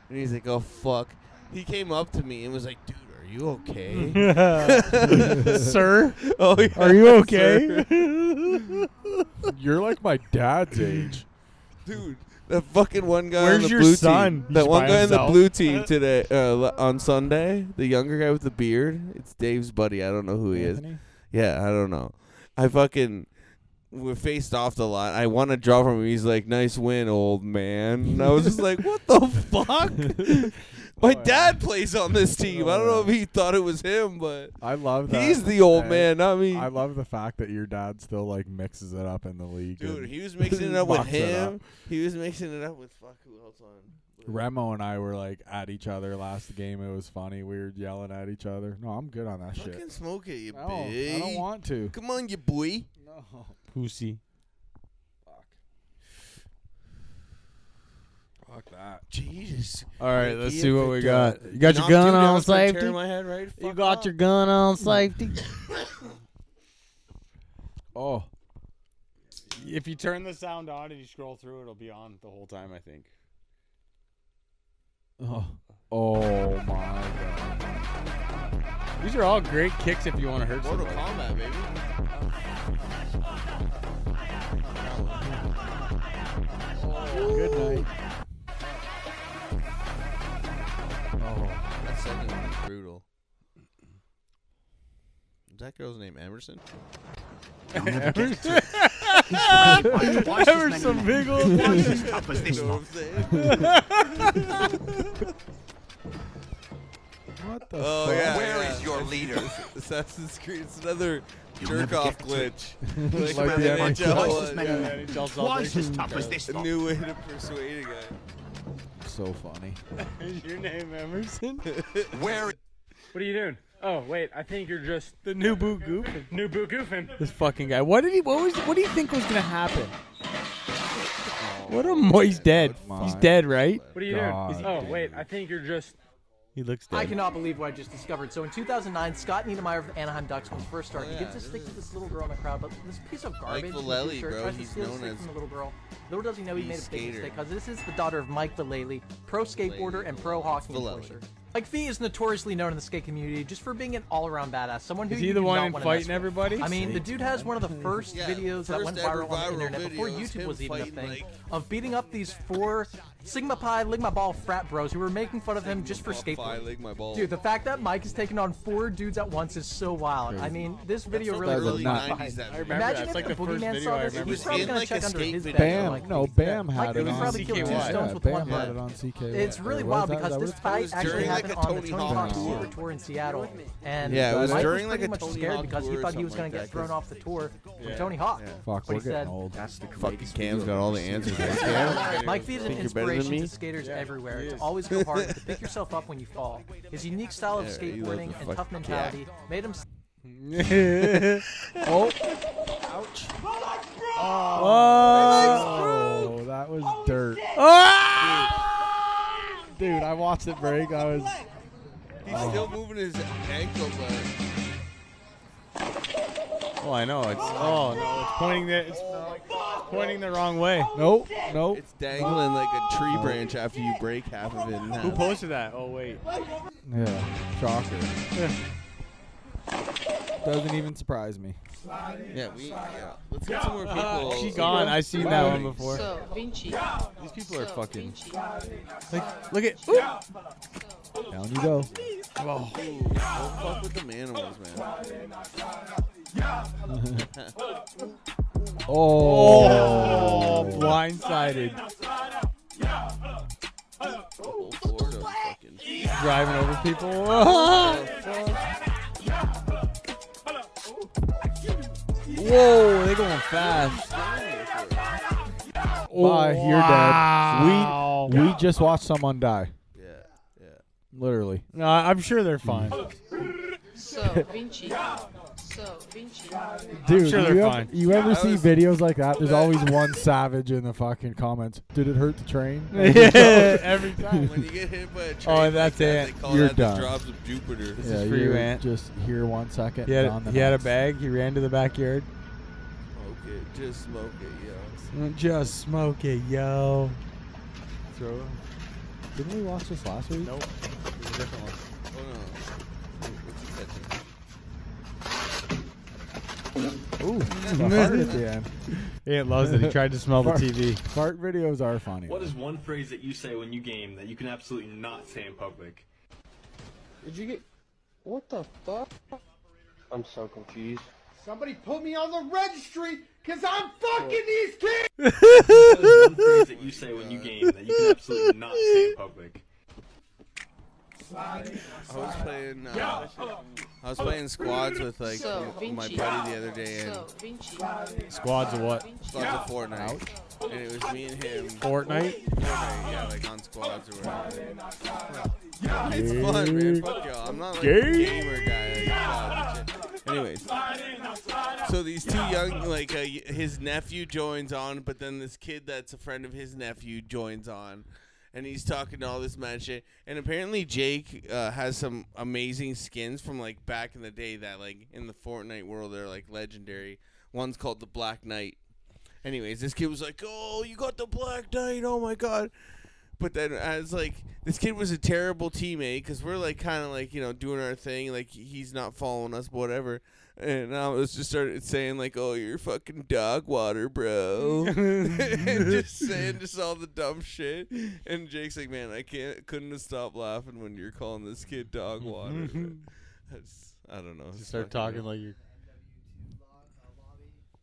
and he's like, "Oh fuck!" He came up to me and was like, "Dude, are you okay, Sir? Oh, yeah, Are you sir. You're like my dad's age. Dude, that fucking one guy on Where's the your blue son? team. He's That one by guy on himself. the blue team today uh, l- on Sunday, the younger guy with the beard. It's Dave's buddy. I don't know who he is. Anthony? Yeah, I don't know. I fucking we faced off the lot. I want to draw from him. He's like, "Nice win, old man." And I was just like, "What the fuck?" My dad plays on this team. I don't know if he thought it was him, but I love that. He's the old I- man, not me. I love the fact that your dad still like mixes it up in the league. Dude, and he was mixing it up with mucks it up. him. He was mixing it up with fuck who else on. Remo and I were like at each other last game. It was funny. We were yelling at each other. No, I'm good on that Fucking shit. smoke it, you No, I don't big. want to. Come on, you boy. No. Pussy. Fuck that. Jesus. All right, let's see what we it, got. uh, You got your knocked you gun down on for tearing safety. my head right You fuck got up. your gun on safety. Oh, If you turn the sound on and you scroll through, it'll be on the whole time. I think. Oh, oh my god. These are all great kicks if you want to hurt Mortal somebody. Kombat, baby. Good night. Oh, That second one was brutal. Is that girl's name Emerson? Emerson Biggle. You know what I'm saying? What the Oh fuck? yeah. Where yeah. is your It's- leader? it's Assassin's Creed. It's another You'll jerk never get off glitch. to it. Like the the NHL NHL. was. Twice as many. Yeah, NHL Twice as tough as this A one. new way to persuade a guy. so funny. Is your name Emerson? Where? What are you doing? Oh wait, I think you're just the new boot goofing. New boot goofing. This fucking guy. What did he? What was? What do you think was gonna happen? What Oh, a mo- he's dead. He's my dead, right? What are you doing? Oh wait, I think you're just. He looks I dead. cannot believe what I just discovered. So in 2009, Scott Niedermeyer of the Anaheim Ducks was first started. Oh, he gives this thing to this little girl in the crowd, but this piece of Mike garbage. in the Vallely, blue shirt bro, tries to he's steal this known thing as from the little girl. Little does he know he the made a big skater. mistake because this is the daughter of Mike Vallely, pro skateboarder and pro hockey Vallely. enforcer. Mike V is notoriously known in the skate community just for being an all-around badass, someone who Is he you the do one not in wanna mess fighting with. everybody? I mean, the Snake, dude has one of the first Yeah, videos that first went ever viral on viral the internet before video is YouTube him was even a fighting, thing like- of beating up these four Sigma Pi Ligma Ball frat bros who were making fun of him just for Sigma Pi skateboarding. Ligma Ball. Dude, the fact that Mike is taking on four dudes at once is so wild. I Crazy. mean, this video That's really like the blows early my 90s mind. that I Imagine remember that. if It's like the, the first boogeyman video saw I this, he remember. was It was probably in, gonna like, check a under skate his video. bed. Bam! like, no, these Bam guys. had Mike it was on probably killed two CKY. stones Yeah, with Bam had one bullet. it on CKY. It's really Or was wild that- because that was- this fight was actually during, like, happened a on the Tony Tony Hawk Hawk tour. Super Tour in Seattle, and Yeah, it was Mike during, like, pretty a much Tony scared Hawk because he tour or thought he was something gonna like get that, thrown 'cause- off the tour from Yeah. Tony Hawk. Yeah. Fuck, But we're he getting said, old. That's the Fucking Cam's got all the answers. Right? Cam? Mike V is an Think you're better than inspiration me? to skaters Yeah, everywhere. he To is. always go hard, to pick yourself up when you fall. His unique style of Yeah, he loves skateboarding the and tough fucking mentality made him. s- oh. Ouch. Oh, that was dirt. Dude, I watched it break. I was. He's still moving his ankle, but Oh, I know. It's oh no, it's pointing the it's pointing the wrong way. Nope, nope. It's dangling like a tree branch after you break half of it. In half. Who posted that? Oh wait. Yeah, shocker. Doesn't even surprise me. Yeah, we. Yeah. Let's get some more people. Uh, she gone. I seen that one before. These people are fucking. Like, look at. oop. Down you go. Oh. Don't fuck with them animals, man. oh. Oh, blindsided. Oh. Driving over people. Whoa, they going fast. Bye, you're Wow. dead. We we just watched someone die. Yeah, yeah. Literally. No, I'm sure they're fine. Mm. So Vinci. So Vinci. Dude, sure they're you, ever, fine. you ever I see was- videos like that? There's always one savage in the fucking comments. Did it hurt the train? Yeah, every time. When you get hit by a train Oh, like that's that, it. they call You're that the done. drops of Jupiter. This yeah, is for you, you're Ant. Just here one second. He had, on the he had a next. bag. He ran to the backyard. Smoke it. Just smoke it, yo. Just smoke it, yo. Throw him. Didn't we watch this last week? Nope. Oh, no. What's he catching? Ooh, a fart at the end. Ant loves it. He tried to smell the Fart- TV. Fart videos are funny. What is one phrase that you say when you game that you can absolutely not say in public? Did you get? What the fuck? I'm so confused. Somebody put me on the registry, cause I'm fucking these kids. what is one phrase that you say when you game that you can absolutely not say in public? I was playing. Uh, I was playing squads with like So, m- my Vinci. buddy the other day, and Squads of what? Squads of Fortnite. And it was me and him. Fortnite? Fortnite, yeah, like on squads or whatever. Yeah, it's fun, man. Fuck y'all. I'm not like a Gay. gamer guy. Like, squads and shit. Anyways, so these two young, like uh, y- his nephew joins on, but then this kid that's a friend of his nephew joins on, and he's talking all this mad shit. And apparently Jake uh, has some amazing skins from like back in the day that like in the Fortnite world they're like legendary. One's called the Black Knight. Anyways, this kid was like, "Oh, you got the Black Knight! Oh my god!" But then I was like, "This kid was a terrible teammate because we're like kind of like you know doing our thing, like he's not following us, whatever." And I was just started saying like, "Oh, you're fucking dog water, bro," and just saying just all the dumb shit. And Jake's like, "Man, I can't, couldn't have stopped laughing when you're calling this kid dog water." That's, I don't know. It's Start fucking talking like you're.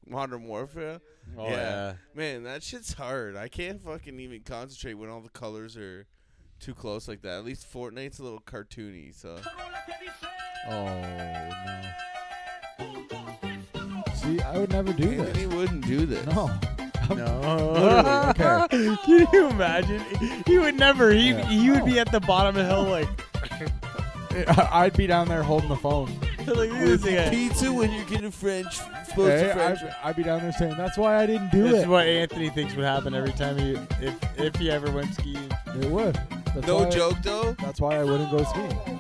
Modern Warfare. Oh, yeah. Man, that shit's hard. I can't fucking even concentrate when all the colors are too close like that. At least Fortnite's a little cartoony, so. Oh no. See, I would never do this. Anthony wouldn't do this. No. No. Literally, okay. Can you imagine? He would never. He, he would be at the bottom of the hill like. I'd be down there holding the phone. like look at this guy. pizza when you get a French. Hey, I'd, I'd be down there saying, "That's why I didn't do This it." is what Anthony thinks would happen every time he, if if he ever went skiing. It would. That's No why I- joke, though? That's why I wouldn't go skiing.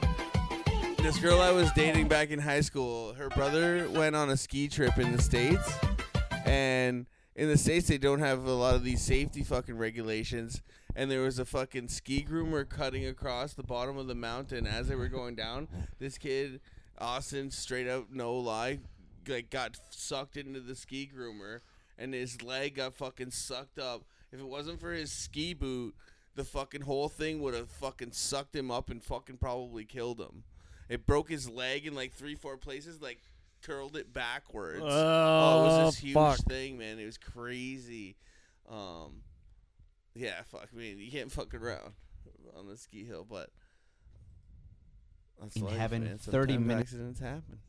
This girl I was dating back in high school, her brother went on a ski trip in the States. And in the States, they don't have a lot of these safety fucking regulations. And there was a fucking ski groomer cutting across the bottom of the mountain as they were going down. This kid, Austin, straight up, no lie, like got sucked into the ski groomer. And his leg got fucking sucked up. If it wasn't for his ski boot, the fucking whole thing would have fucking sucked him up and fucking probably killed him. It broke his leg in like three, four places, like curled it backwards. it Oh, was this huge fuck. thing, man. It was crazy. Um, yeah, fuck. I mean, you can't fuck around on the ski hill, but that's In life, heaven, man. 30 Sometimes minutes- accidents happen.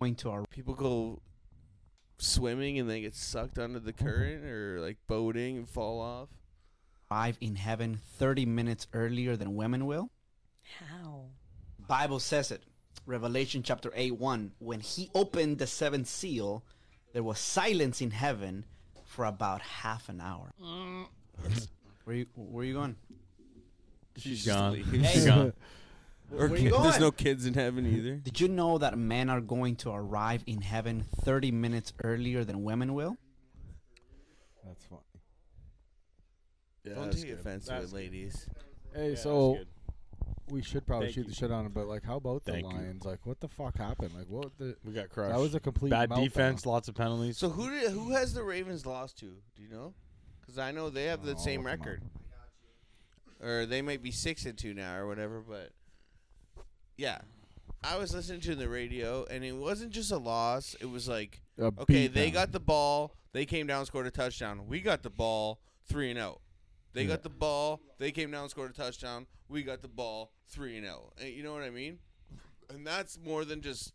Going to our People go swimming and they get sucked under the current, or like boating and fall off. arrive in heaven 30 minutes earlier than women will? How? Bible says it. Revelation chapter 8 1. When he opened the seventh seal, there was silence in heaven for about half an hour. Where you where you going? She's gone. She's gone. Or Where you kid- there's going? no kids in heaven either. Did you know that men are going to arrive in heaven 30 minutes earlier than women will? That's funny. Don't that's take good. offense to That's it, ladies. Hey, Yeah, so that's good. we should probably Thank shoot the shit on him, but like, how about Thank the you. Lions? Like, what the fuck happened? Like, what the? We got crushed. That was a complete bad meltdown. defense. Lots of penalties. So who did, who has the Ravens lost to? Do you know? Because I know they have the I'll same look 'em up. record, or they might be six and two now or whatever. But yeah, I was listening to the radio, and it wasn't just a loss. It was like A okay, they beatdown. got the ball, they came down, scored a touchdown. We got the ball, three and out. They Yeah. got the ball, they came down, scored a touchdown. We got the ball, three and out. You know what I mean? And that's more than just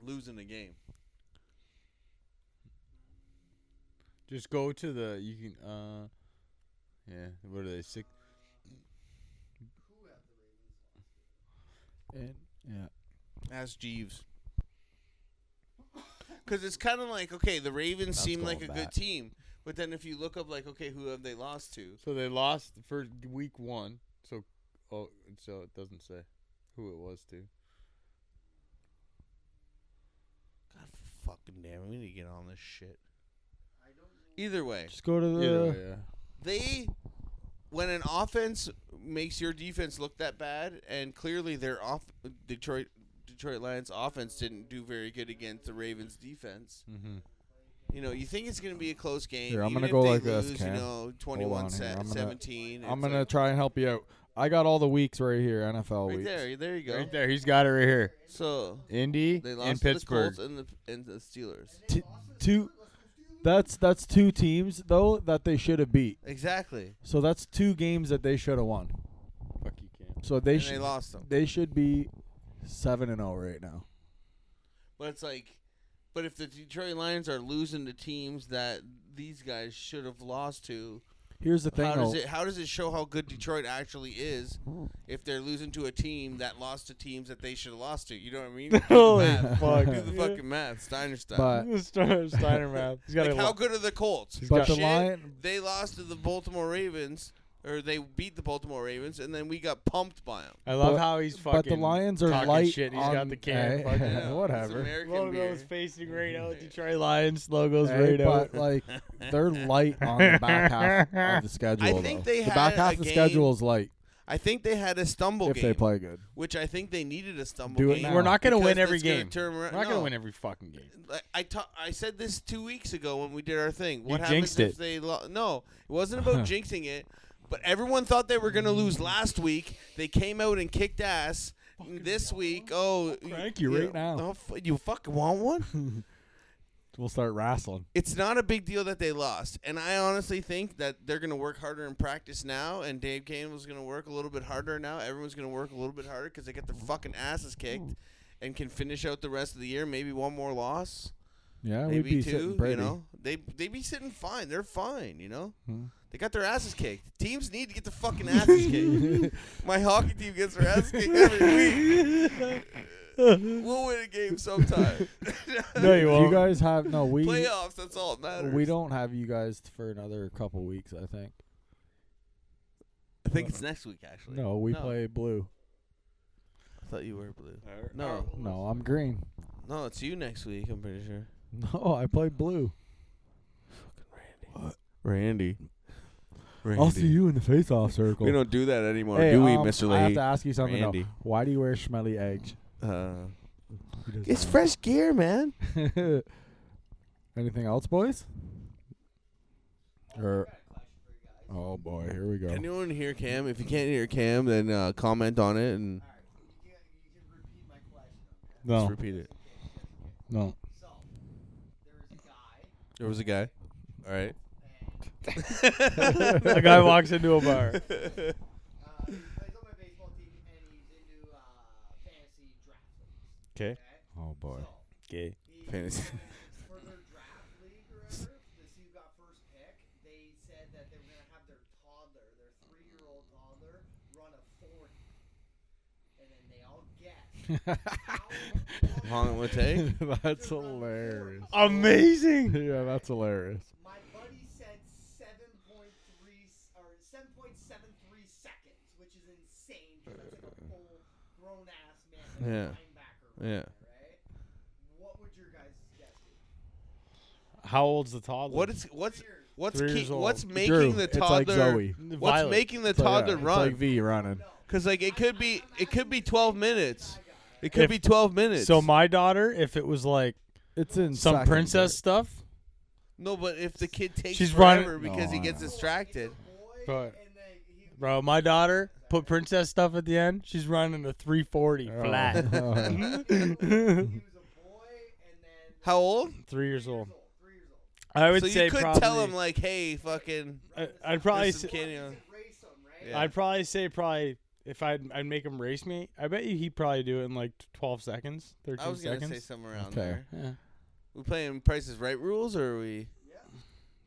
losing a game. Just go to the you can uh yeah, what are they? Six And yeah. Ask Jeeves. Because it's kind of like okay, the Ravens That's seem like a going good back. team, but then if you look up like okay, who have they lost to? So they lost for week one. So oh so it doesn't say who it was to. Fucking damn, we need to get on this shit. Either way, Just go to the. Either way, yeah. they when an offense makes your defense look that bad, and clearly their off Detroit Detroit Lions offense didn't do very good against the Ravens defense. Mhm. You know, you think it's going to be a close Mm-hmm. game. Here, I'm gonna going to go like they this, lose, Cam. You know, Hold 21 on here. se- I'm gonna- 17. I'm it's gonna like- try and help you out. I got all the weeks right here, NFL Right weeks. there, there you go. Right there, he's got it right here. So Indy they lost and to Pittsburgh. the Colts and the and the Steelers. T- two. That's that's two teams though that they should have beat. Exactly. So that's two games that they should have won. Fuck you, Cam. So they And they should lost 'em. They should be seven and zero right now. But it's like, but if the Detroit Lions are losing to teams that these guys should have lost to, Here's the thing, How does though. Hmm. it how does it show how good Detroit actually is if they're losing to a team that lost to teams that they should have lost to? You know what I mean? Do the Holy math. fuck. Do the fucking math, Steiner style. But- Steiner- Steiner math. He's got like a- how good are the Colts? He's But got- the Shit, Lion- they lost to the Baltimore Ravens, or they beat the Baltimore Ravens, and then we got pumped by them. I love But- how he's fucking. but the Lions are talking light Shit. He's on- got the can. eh, fucking- Yeah, it's whatever. American Logo's beer. facing right out. Detroit Lions logos Hey, right out. but like they're light on the back half of the schedule. I think though. they the had back half a of the game- schedule is light. I think they had a stumble If game. they play good. Which I think they needed a stumble Do it game. now. We're not gonna because win every that's gonna game. turn around- We're not gonna no. win every fucking game. I- I ta- I said this two weeks ago when we did our thing. What happens jinxed if it. they lo- no? It wasn't about jinxing it, but everyone thought they were gonna lose last week. They came out and kicked ass. this week, oh, crank you right now. oh, f- you fucking want one? We'll start wrestling. it's not a big deal that they lost, and I honestly think that they're gonna work harder in practice now. And Dave Campbell's gonna work a little bit harder now. Everyone's gonna work a little bit harder because they get their fucking asses kicked, and can finish out the rest of the year. Maybe one more loss. Yeah, Maybe we'd be two, sitting pretty. You know, they they be sitting fine. They're fine. You know, Hmm. they got their asses kicked. Teams need to get their fucking asses kicked. My hockey team gets their ass kicked every week. we'll win a game sometime. no, you won't. You guys have no. We Playoffs. That's all that matters. We don't have you guys for another couple weeks. I think. I think it's next week actually. No, we play blue. I thought you were blue. No, No, I'm green. no, it's you next week. I'm pretty sure. No, I play blue. Randy. I'll see you in the face-off circle. We don't do that anymore, Hey, do we, um, Mr. I have Leahy? to ask you something. Though. Randy. Why do you wear smelly eggs? Uh, He does it's not. fresh gear, man. Anything else, boys? Or Er, oh boy, here we go. Anyone hear Cam? If you can't hear Cam, then uh, comment on it and No, just repeat it. no. There was a guy. All right. a guy walks into a bar. Okay. Oh boy. Gay. Fantasy. How long it would take? that's hilarious. Amazing. yeah, that's hilarious. My buddy said 7.3 s- or 7.73 seconds, which is insane. 'cause That's like a full grown ass man. like a Yeah. linebacker, Yeah. Right? What would your guys guess? be? How old's the toddler? What is what's what's Three keep, years old. what's making Drew, the it's like toddler Zoe. what's Violet. making the It's like- toddler it's run? like V running. Cuz like it could be it could be 12 minutes. It could If- be 12 minutes. So my daughter, if it was like It's in some seconds, princess stuff, no, but if the kid takes She's running- forever because No, he I gets know. distracted. Bro, bro, my daughter put princess stuff at the end. She's running a 340 Oh. flat. How old? Three years old. I would so say you could probably. tell him like, "Hey, fucking I, I'd probably. there's Say, some candy on." Yeah. I'd probably say probably if I'd I'd make him race me. I bet you he'd probably do it in like 12 seconds, 13 I was gonna seconds. say somewhere around Okay. there. Yeah. We playing Price is Right rules, or are we?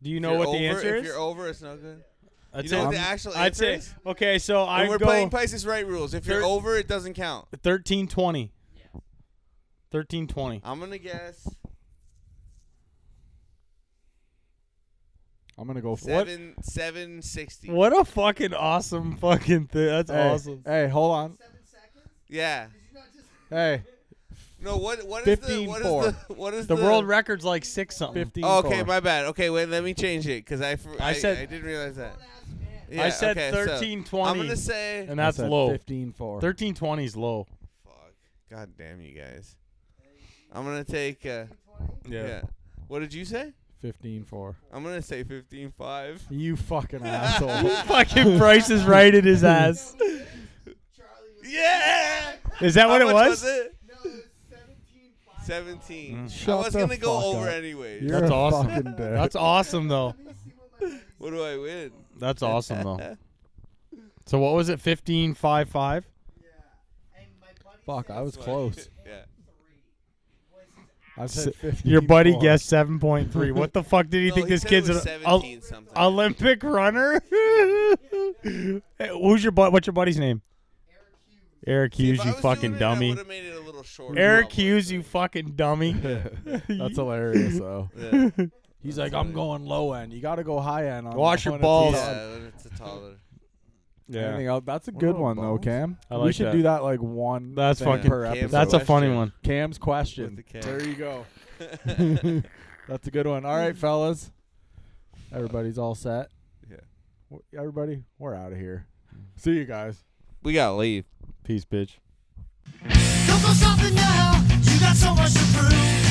Do you If know you're what the over- answer if is? you're over, it's no good. That's you know it. what the actual I'd answer say- is? okay, so And I'd we're go- playing Price is Right rules. If you're Thir- over, it doesn't count. Thirteen twenty. Thirteen twenty. I'm gonna guess I'm gonna go for what? seven seven sixty. What a fucking awesome fucking thing. That's Hey, awesome. Hey, hold on. Yeah. Hey, No. What? What is the? Fifteen What is four. the? What is the, world record's like six something. Oh, okay, my bad. Okay, wait. Let me change it because I, fr- I I, said- I didn't realize that. I said okay, so thirteen twenty. I'm gonna say, and that's low. 15-4. Thirteen twenty is low. God damn you guys! I'm gonna take. Uh, Yeah. yeah. What did you say? 15-4. I'm gonna say fifteen five. You fucking asshole. fucking Price is right in his ass. Yeah. Is that How what it much was? it? Seventeen. I Mm. Shut was the gonna go fuck over up. anyways. You're That's a awesome. fucking dick. That's awesome though. What do I win? That's awesome though. So what was it? Fifteen five five. Fuck, I was close. yeah. I said 15 Your buddy four. guessed seven point three. What the fuck did he No, think he this said it kid's was an 17 something. Olympic runner? Hey, Who's your bu- What's your buddy's name? Eric Hughes, you fucking dummy. Eric Hughes, you fucking dummy. That's hilarious though. Yeah. He's like, I'm going low end. You got to go high end. On Wash the your one at balls. the Yeah, top. when it's a toddler. Yeah. Anything else? That's a What good about one though, balls? Cam. I we like should that. do that like one. That's thing fucking- per Cam's episode. That's a funny question. one. Cam's question. With the K. There you go. That's a good one. All right, fellas. Everybody's all set. Yeah. W- Everybody, we're out of here. See you guys. We gotta leave. Peace, bitch. Go for something now. You got so much to prove.